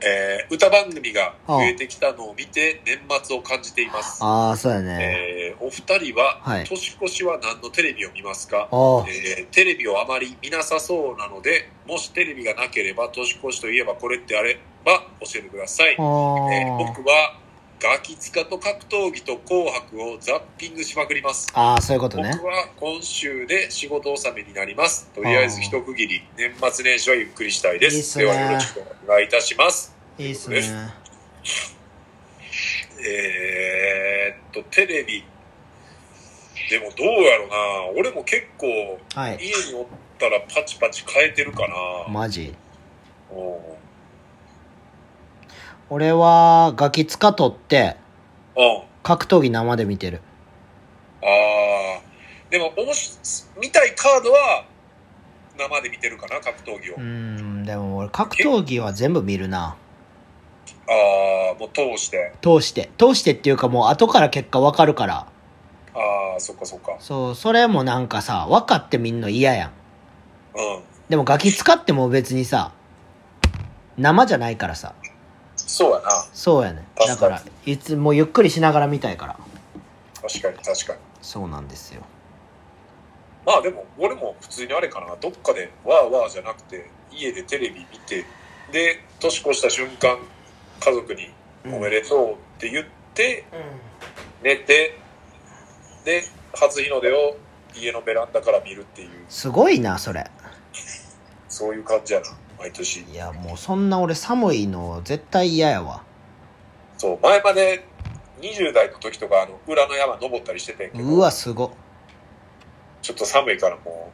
S2: えー、歌番組が増えてきたのを見て、年末を感じています。
S1: ああそうやね
S2: えー、お二人は、
S1: はい
S2: 年越しは何のテレビを見ますか
S1: おー
S2: えーテレビをあまり見なさそうなのでもしテレビがなければ年越しといえばこれってあれば教えてください、え
S1: お
S2: ー
S1: ー
S2: 僕はガキ使と格闘技と紅白をザッピングしまくります
S1: ああそういうこと
S2: 僕
S1: ね
S2: は今週で仕事納めになりますとりあえず一区切り年末年始はゆっくりしたいです
S1: いいっすね
S2: ではよろしくお願いいたします
S1: いいっすね
S2: えー、っとテレビでもどうやろうな俺も結構
S1: はい
S2: 家におったらパチパチ変えてるかな、
S1: マジ
S2: うん
S1: 俺はガキ使取って
S2: うん。
S1: 格闘技生で見てる
S2: ああ。でも、おもし、見たいカードは、生で見てるかな、格闘技を。
S1: うーんでも俺格闘技は全部見るな
S2: ああ、もう通して。
S1: 通して通してっていうかもう後から結果わかるから
S2: ああ、そっかそっか。
S1: そうそれもなんかさ分かってみんの嫌やん
S2: うん。
S1: でもガキ使っても別にさ生じゃないからさ
S2: そうやな。
S1: そうやねだからいつもゆっくりしながら見たいから
S2: 確かに、確かに。
S1: そうなんですよ
S2: まあでも、俺も普通にあれかな。どっかで、わーわーじゃなくて、家でテレビ見て、で、年越した瞬間、家族に、おめでとうって言って、寝て、で、初日の出を家のベランダから見るっていう、
S1: すごいなそれ
S2: そういう感じやな、毎年。
S1: いやもうそんな俺寒いの絶対嫌やわ
S2: そう、前まで20代の時とか、あの、裏の山登ったりしててんけ
S1: う
S2: ど
S1: わ、すご
S2: ちょっと寒いからも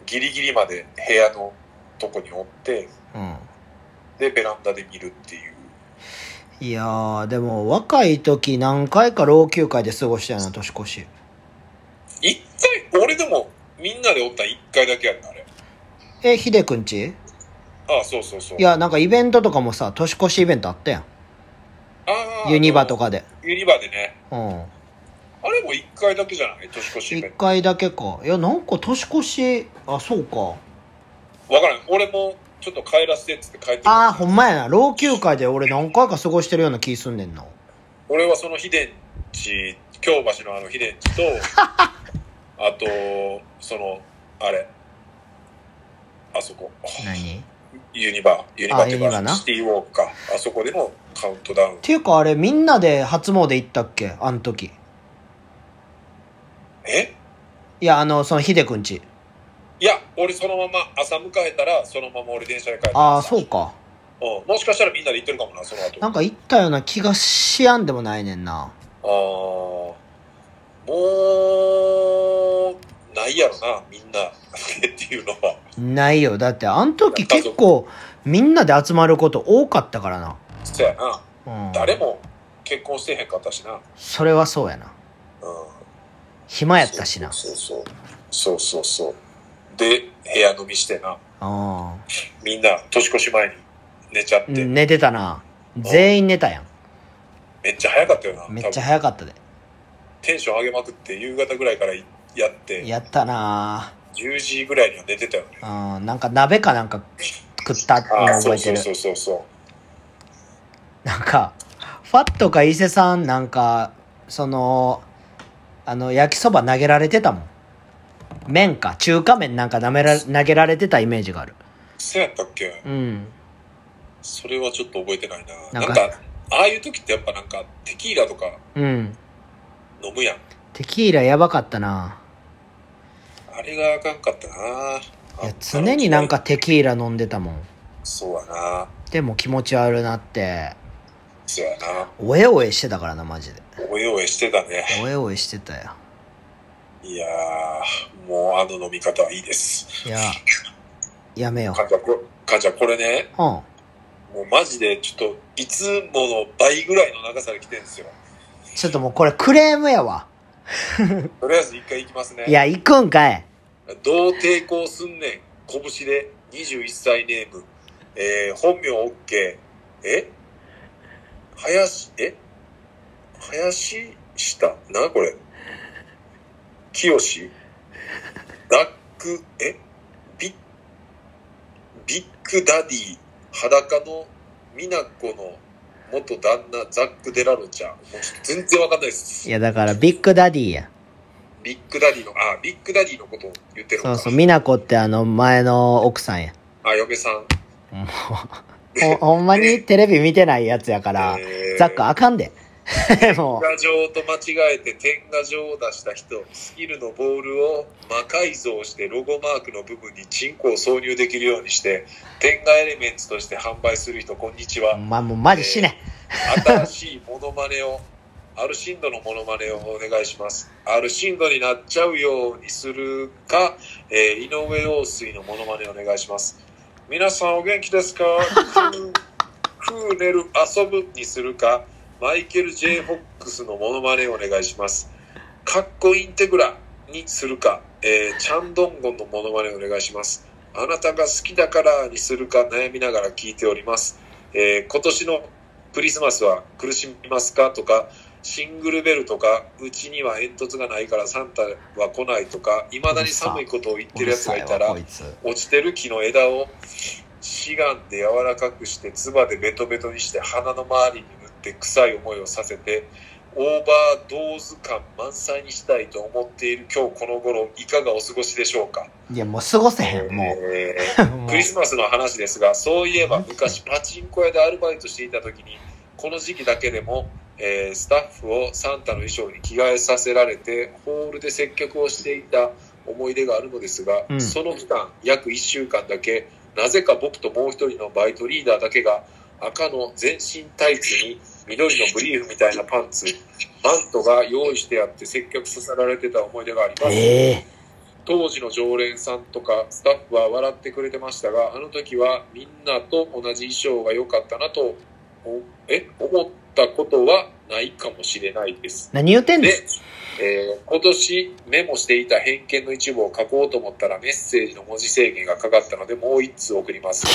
S2: う、ギリギリまで部屋のとこにおって、
S1: うん
S2: で、ベランダで見るっていう。
S1: いやーでも若い時何回か老朽化で過ごしたよな年越し
S2: 一回、俺でも、みんなでおったん一回だけやんな、あれ。
S1: えひでくんち
S2: ああ、そうそうそう。
S1: いやなんかイベントとかもさ年越しイベントあったやん
S2: あな
S1: ユニバとかで
S2: ユニバでね
S1: うん
S2: あれも一回だけじゃない年越しイベ
S1: 1
S2: ン
S1: 回だけかいやなんか年越しあそうか
S2: トわからん俺もちょっと帰らせてっつって帰ってきた
S1: ああほんまやな老朽化で俺何回か過ごしてるような気すんねんな
S2: 俺はその秘伝地京橋のあの秘伝地 とあとそのあれあそこ
S1: 何っ
S2: ユニバユニバっていう
S1: ユニバ
S2: か
S1: な
S2: シティウォークかあそこでのカウントダウン
S1: ていうかあれみんなで初詣行ったっけあの時
S2: え
S1: いやあのそのヒデくんち
S2: いや俺そのまま朝迎えたらそのまま俺電車で帰って
S1: ああそうか
S2: うん、もしかしたらみんなで行ってるかもなその後
S1: なんか行ったような気がしやんでもないねんな
S2: ああもうないやろなみんな っていうのは
S1: ないよだってあの時結構みんなで集まること多かったからな、
S2: そやな
S1: うん、
S2: 誰も結婚してへんかったしな、うん、
S1: それはそうやな暇やったしな
S2: そうそうそうそうそうで部屋飲みしてな
S1: うん
S2: みんな年越し前に寝ちゃって、
S1: 寝てたな全員寝たやん
S2: めっちゃ早かったよな
S1: めっちゃ
S2: 多分
S1: 早かったで
S2: テンション上げまくって夕方ぐらいからやって
S1: やったな
S2: 10時ぐらいには寝てたよね
S1: ぁうんなんか鍋かなんか食ったの
S2: ああそ
S1: 覚
S2: う
S1: えて
S2: そう
S1: る
S2: そうそうそ
S1: なんかファットか伊勢さんなんかそのあの焼きそば投げられてたもん麺か中華麺なんかなめら投げられてたイメージがある
S2: うそうやったっけ
S1: うん
S2: それはちょっと覚えてない
S1: な
S2: な。なんん
S1: か
S2: か、ああいう時ってやっぱなんか、テキーラとか
S1: うん
S2: 飲むやん。
S1: テキーラやばかったな
S2: あれがあかんかったな。
S1: い
S2: あ
S1: や
S2: ん
S1: 常になんか。テキーラ飲んでたもん
S2: そうやな。
S1: でも気持ち悪なって
S2: そうやな。
S1: おえおえしてたからなマジで
S2: おえおえしてたね。
S1: おえおえしてたよ
S2: いやー、もうあの飲み方はいいです。
S1: いややめよ
S2: かんちゃん、こかんちゃんこれね、
S1: ううん
S2: もうマジでちょっと、いつもの倍ぐらいの長さで来てるんですよ。
S1: ちょっともうこれクレームやわ
S2: とりあえず一回行きますね。
S1: いや行くんかい
S2: どう抵抗すんねん。拳で21歳ネーム。えー、本名 OK。え林、え林下なこれ。清志ダック、えビッ、ビッグダディ、裸の美奈子の元旦那ザック・デラロちゃん。もうちょっと全然わかんないで
S1: い
S2: す。
S1: やだからビッグダディや
S2: ビッグダディの、あ、ビッグダディのことを言って
S1: そ
S2: るのか
S1: うそう美奈子ってあの前の奥さんや
S2: あ、嫁さん。
S1: もうほほんまにテレビ見てないやつやから
S2: えー
S1: ザックあかんで も
S2: 天下状と間違えて天下状を出した人、スキルのボールを魔改造してロゴマークの部分にチンコを挿入できるようにして、天下エレメンツとして販売する人、こんにち
S1: う
S2: は。
S1: まあもうマジ死ね
S2: 新しいモノマネを、アルシンドのモノマネをお願いします。アルシンドになっちゃうようにするか、えー井上陽水のモノマネをお願いします。皆さんお元気です かクーネル遊ぶにするか、マイケル・ J ・フォックスのモノマネをお願いします。カッコインテグラにするか、えーチャンドンゴンのモノマネをお願いします。あなたが好きだからにするか悩みながら聞いております。えー今年のクリスマスは苦しみますかとか、シングルベルとか、うちには煙突がないからサンタは来ないとか、いまだに寒いことを言ってるやつがいたら
S1: うるさいわこ、いつ
S2: 落ちてる木の枝を志願で柔らかくして唾でベトベトにして鼻の周りに塗って臭い思いをさせてオーバードーズ感満載にしたいと思っている今日この頃いかがお過ごしでしょうか
S1: いやもう過ごせへんも
S2: えー
S1: うもう
S2: クリスマスの話ですが、そういえば昔パチンコ屋でアルバイトしていた時に、この時期だけでも、えースタッフをサンタの衣装に着替えさせられて、ホールで接客をしていた思い出があるのですが、
S1: うん
S2: その期間、約1週間だけ、なぜか僕ともう一人のバイトリーダーだけが、赤の全身タイツに緑のブリーフみたいなパンツ、マントが用意してあって接客させられてた思い出があります。
S1: ええ
S2: 当時の常連さんとかスタッフは笑ってくれてましたがあの時はみんなと同じ衣装が良かったなとおえ思ったことはないかもしれないです
S1: 何言ってんの
S2: で、えー今年メモしていた偏見の一部を書こうと思ったらメッセージの文字制限がかかったのでもう1通送ります。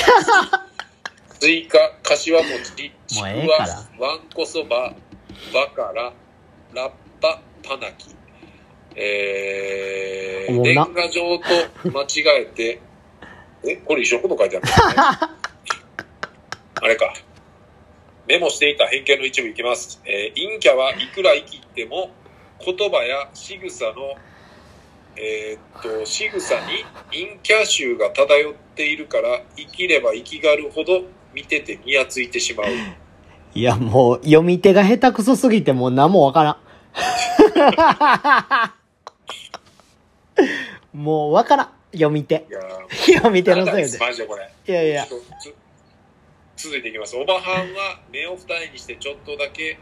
S2: 追加、柏餅、ち
S1: もう
S2: くわ
S1: ええから、
S2: わんこそば、バカラ、ラッパ、パナキ。え
S1: お
S2: ー、
S1: もん
S2: 年
S1: な
S2: 賀状と間違えて、え、これ一緒のこと書いてあるんです ねあれか。メモしていた偏見の一部いきます。えー、陰キャはいくら生きても、言葉や仕草の、えーっと、仕草に陰キャ臭が漂っているから、生きれば生きがるほど見ててニヤついてしまう。
S1: いや、もう、読み手が下手くそすぎて、もう何もわから ん。もうわからん。読み手
S2: い。 やー
S1: 読み手のせいで。
S2: マジでこれ。
S1: いやいや
S2: ち。ょっとつ続いていきます。おばはんは目を二重にしてちょっとだけ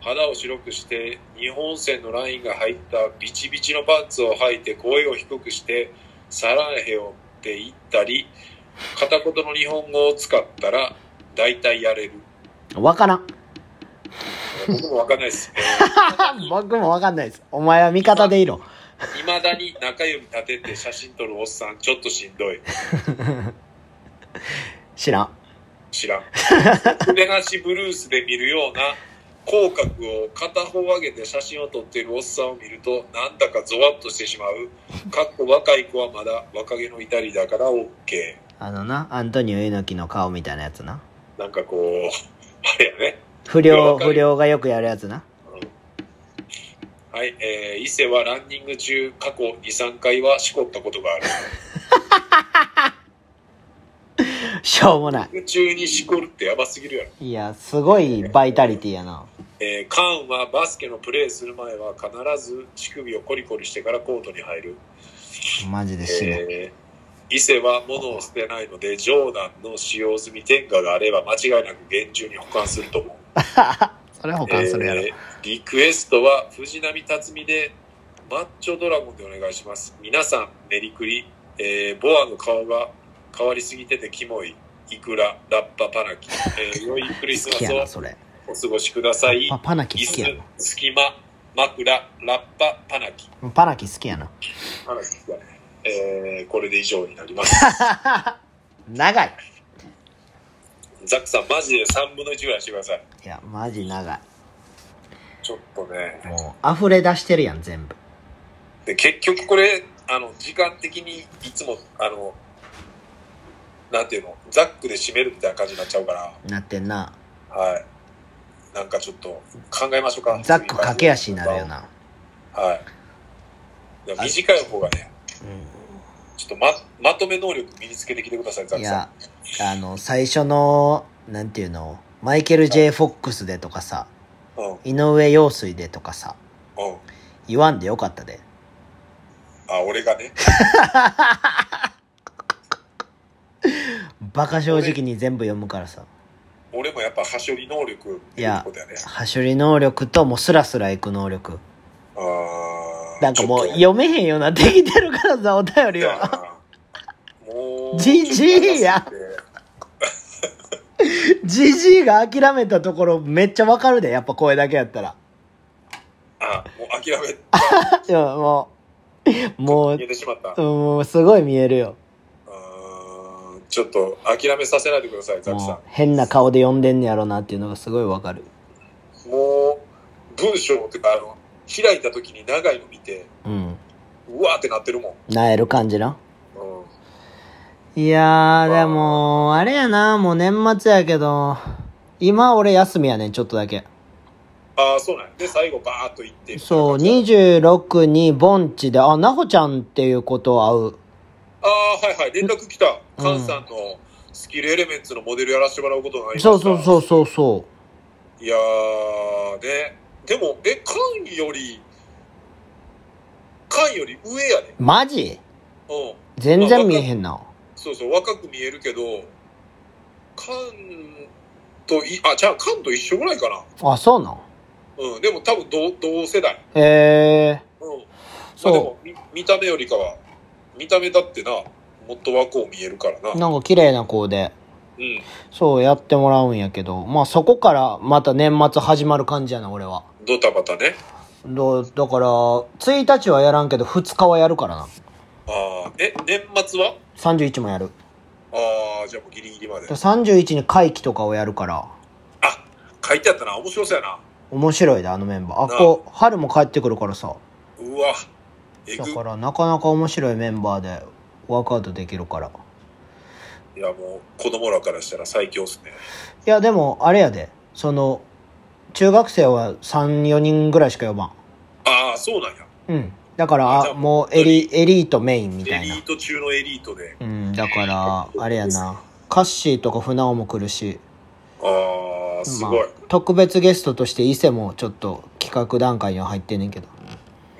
S2: 肌を白くして、日本線のラインが入ったビチビチのパンツを履いて声を低くして、サランヘをって言ったり、片言の日本語を使ったら大体やれる。
S1: わからん。
S2: 僕もわかんないです。
S1: 僕もわかんないです。お前は味方でいろ。
S2: いまだに中指立てて写真撮るおっさん、ちょっとしんどい。
S1: 知らん。
S2: 知らん。腕なしブルースで見るような口角を片方上げて写真を撮っているおっさんを見るとなんだかゾワッとしてしまう。かっこ若い子はまだ若気の至りだから OK。
S1: あのな、アントニオ猪木の顔みたいなやつな。
S2: なんかこう、あれやね。
S1: 不
S2: いや
S1: 良、
S2: わかる
S1: 不良がよくやるやつな。
S2: はい、えー、伊勢はランニング中過去2、3回はしこったことがある。
S1: しょうもな
S2: ランニング中にしこるってやばすぎるやろ。
S1: い。いや、すごいバイタリティやな。
S2: えー、カーンはバスケのプレーする前は必ず乳首をコリコリしてからコートに入る。
S1: マジで死ぬ。
S2: えー伊勢は物を捨てないので、ジョーダンの使用済み天下があれば間違いなく厳重に保管すると思う。
S1: それは保管するやろ。
S2: えーリクエストは藤波辰巳でマッチョドラゴンでお願いします。皆さん、メリクリ、えーボアの顔が変わりすぎててキモい、イクラ、ラッパ、パナキ、えー良いクリス
S1: 好きや
S2: マ
S1: な、
S2: スを
S1: それ。
S2: お過ごしください
S1: パ。パナキ
S2: 椅
S1: 好きや
S2: 子、隙間、枕、ラッパ、パナキ。
S1: な。パナキ好きやな。
S2: パナキがね、えーこれで以上になります。
S1: 長い。
S2: ザックさん、マジで3分の1ぐらいにしてください。
S1: いや、マジ長い。
S2: ちょっとね。
S1: もう、溢れ出してるやん、全部。
S2: で、結局これ、あの、時間的にいつも、あの、なんていうの、ザックで締めるみたいな感じになっちゃうから、
S1: なってんな。
S2: はい。なんかちょっと考えましょうか。
S1: ザック駆け足になるよ。な。
S2: はい。いや短い方がね、ちょっとま、まとめ能力身につけてきてください、ザ
S1: う
S2: ッ
S1: ん。い
S2: クさ
S1: や、あの、最初の、なんていうの、マイケル・ J ・フォックスでとかさ、
S2: ん。うん。うん。
S1: 井上陽水でとかさ、言わんでよかったで。
S2: あ、俺がね。
S1: バカ正直に全部読むからさ。
S2: 俺もやっぱ、端折り能力っていうことやね。
S1: 端折り能力ともうスラスラいく能力。
S2: あー
S1: なんかもう
S2: ちょっと
S1: 読めへんようなってきてるからさ、お便り
S2: い
S1: は。
S2: やもう。
S1: じじいや
S2: ちょっと長すぎて。
S1: じじいが諦めたところめっちゃわかるで、やっぱ声だけやったら。
S2: あ、もう諦め、
S1: いや、もう、もう
S2: 逃、げてしまった。う
S1: もうすごい見えるよ。
S2: ーん、ちょっと諦めさせないでください、ザク
S1: もう
S2: さ
S1: 変な顔で呼んでんねやろなっていうのがすごいわかる。
S2: ん。もう、文章ってか、あの、開いた時に長いの見て、
S1: うん。
S2: うわーってなってるもん。
S1: なえる感じな。
S2: うん。
S1: いやー、でも、あれやな、もう年末やけど、今俺休みやねん、ちょっとだけ。
S2: ああ、そうなんやで、最後バーっと行って。
S1: そう、
S2: 二十。
S1: 26に盆地で、あ、なほちゃんっていうことを会う。
S2: ああ、はいはい、連絡来た。
S1: うん
S2: カンさんのスキルエレメンツのモデルやらせてもらうことになりました。
S1: そうそうそうそうそ
S2: いやー、ね。でも、え、カンより、カンより上やね。
S1: う。マジ
S2: うん。
S1: 全然見えへんな。
S2: そうそう、若く見えるけど、カンとい、あ、じゃあカンと一緒ぐらいかな。
S1: あ、そうなん
S2: うん、でも多分同同世代。
S1: え
S2: うん。
S1: ー、
S2: そう。でも
S1: そ
S2: 見、見た目よりかは、見た目だってな、もっと若う見えるからな。
S1: う。なんか綺麗な子で。
S2: うん。
S1: そう、やってもらうんやけど、まあそこからまた年末始まる感じやな、俺は。
S2: ドタバタね。
S1: どうだから、1日はやらんけど、2日はやるからな。
S2: ああ、え、年末は
S1: 31もやる。
S2: ああ、じゃあもうギリギリまで
S1: で。31に会期とかをやるから。
S2: あ、書いてあったな。面白そうやな。
S1: 面白いであのメンバーあ
S2: なあ
S1: こう春も帰ってくるからさ
S2: うわえ
S1: だ
S2: ぐ
S1: からなかなか面白いメンバーでワークアウトできるから
S2: いやもう子供らからしたら最強っすね
S1: いやでもあれやでその中学生は34人ぐらいしか呼ばん
S2: ああそうなんや
S1: うんだか
S2: あじ
S1: ら
S2: ゃ
S1: あ
S2: あ
S1: もうエリエリートメインみた
S2: エ
S1: い
S2: リ
S1: な
S2: ート中のエリートで
S1: うんだからあれやなカッシーとか船尾も来るし
S2: ああすご
S1: ま
S2: い、
S1: あ、特別ゲストとして伊勢もちょっと企画段階には入ってんねんけど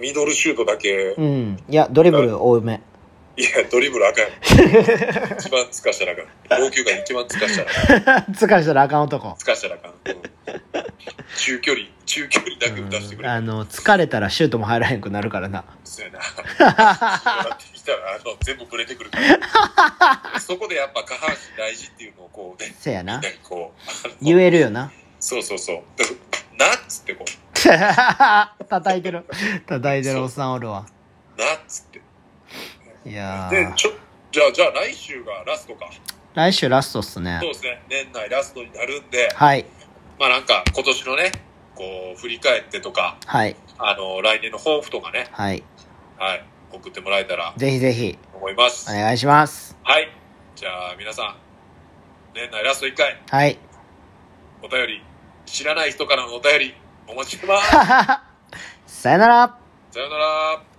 S2: ミドルシュートだけ
S1: うんいやドリブル多め
S2: いやドリブルあかんやん一番つかしたらあかん老朽化に一番つかしたらあか ん
S1: 疲れしたらあかん男
S2: つかしたらあかん、うん中距離中距離だけ打たせてく
S1: うん
S2: れ
S1: あの疲れたらシュートも入らへんくなるからな
S2: そうやな。笑ってきたら、あの、全部ブレてくるから。そこでやっぱ下半身大事っていうのをこうね、
S1: せやな
S2: みんなにこう、あの
S1: 言えるよな
S2: そうそうそう。ナッツってこう、
S1: 叩いてる叩いてるおっさんおるわ
S2: ナッツって。
S1: いや
S2: で
S1: ー、
S2: ちょ、じゃあ、じゃあ来週がラストか。
S1: 来週ラストっす
S2: そう
S1: ね
S2: ですね。年内ラストになるんで、
S1: はい
S2: まあなんか今年のね、こう、振り返ってとか、
S1: はい
S2: あの、来年の抱負とかね、
S1: はい
S2: はい、送ってもらえたら
S1: ぜひぜひ
S2: と思います。
S1: お願いします
S2: はい。じゃあ皆さん、年内ラスト1回。
S1: はい
S2: お便り、知らない人からのお便り、お待ちしてます。
S1: さよなら
S2: さようなら。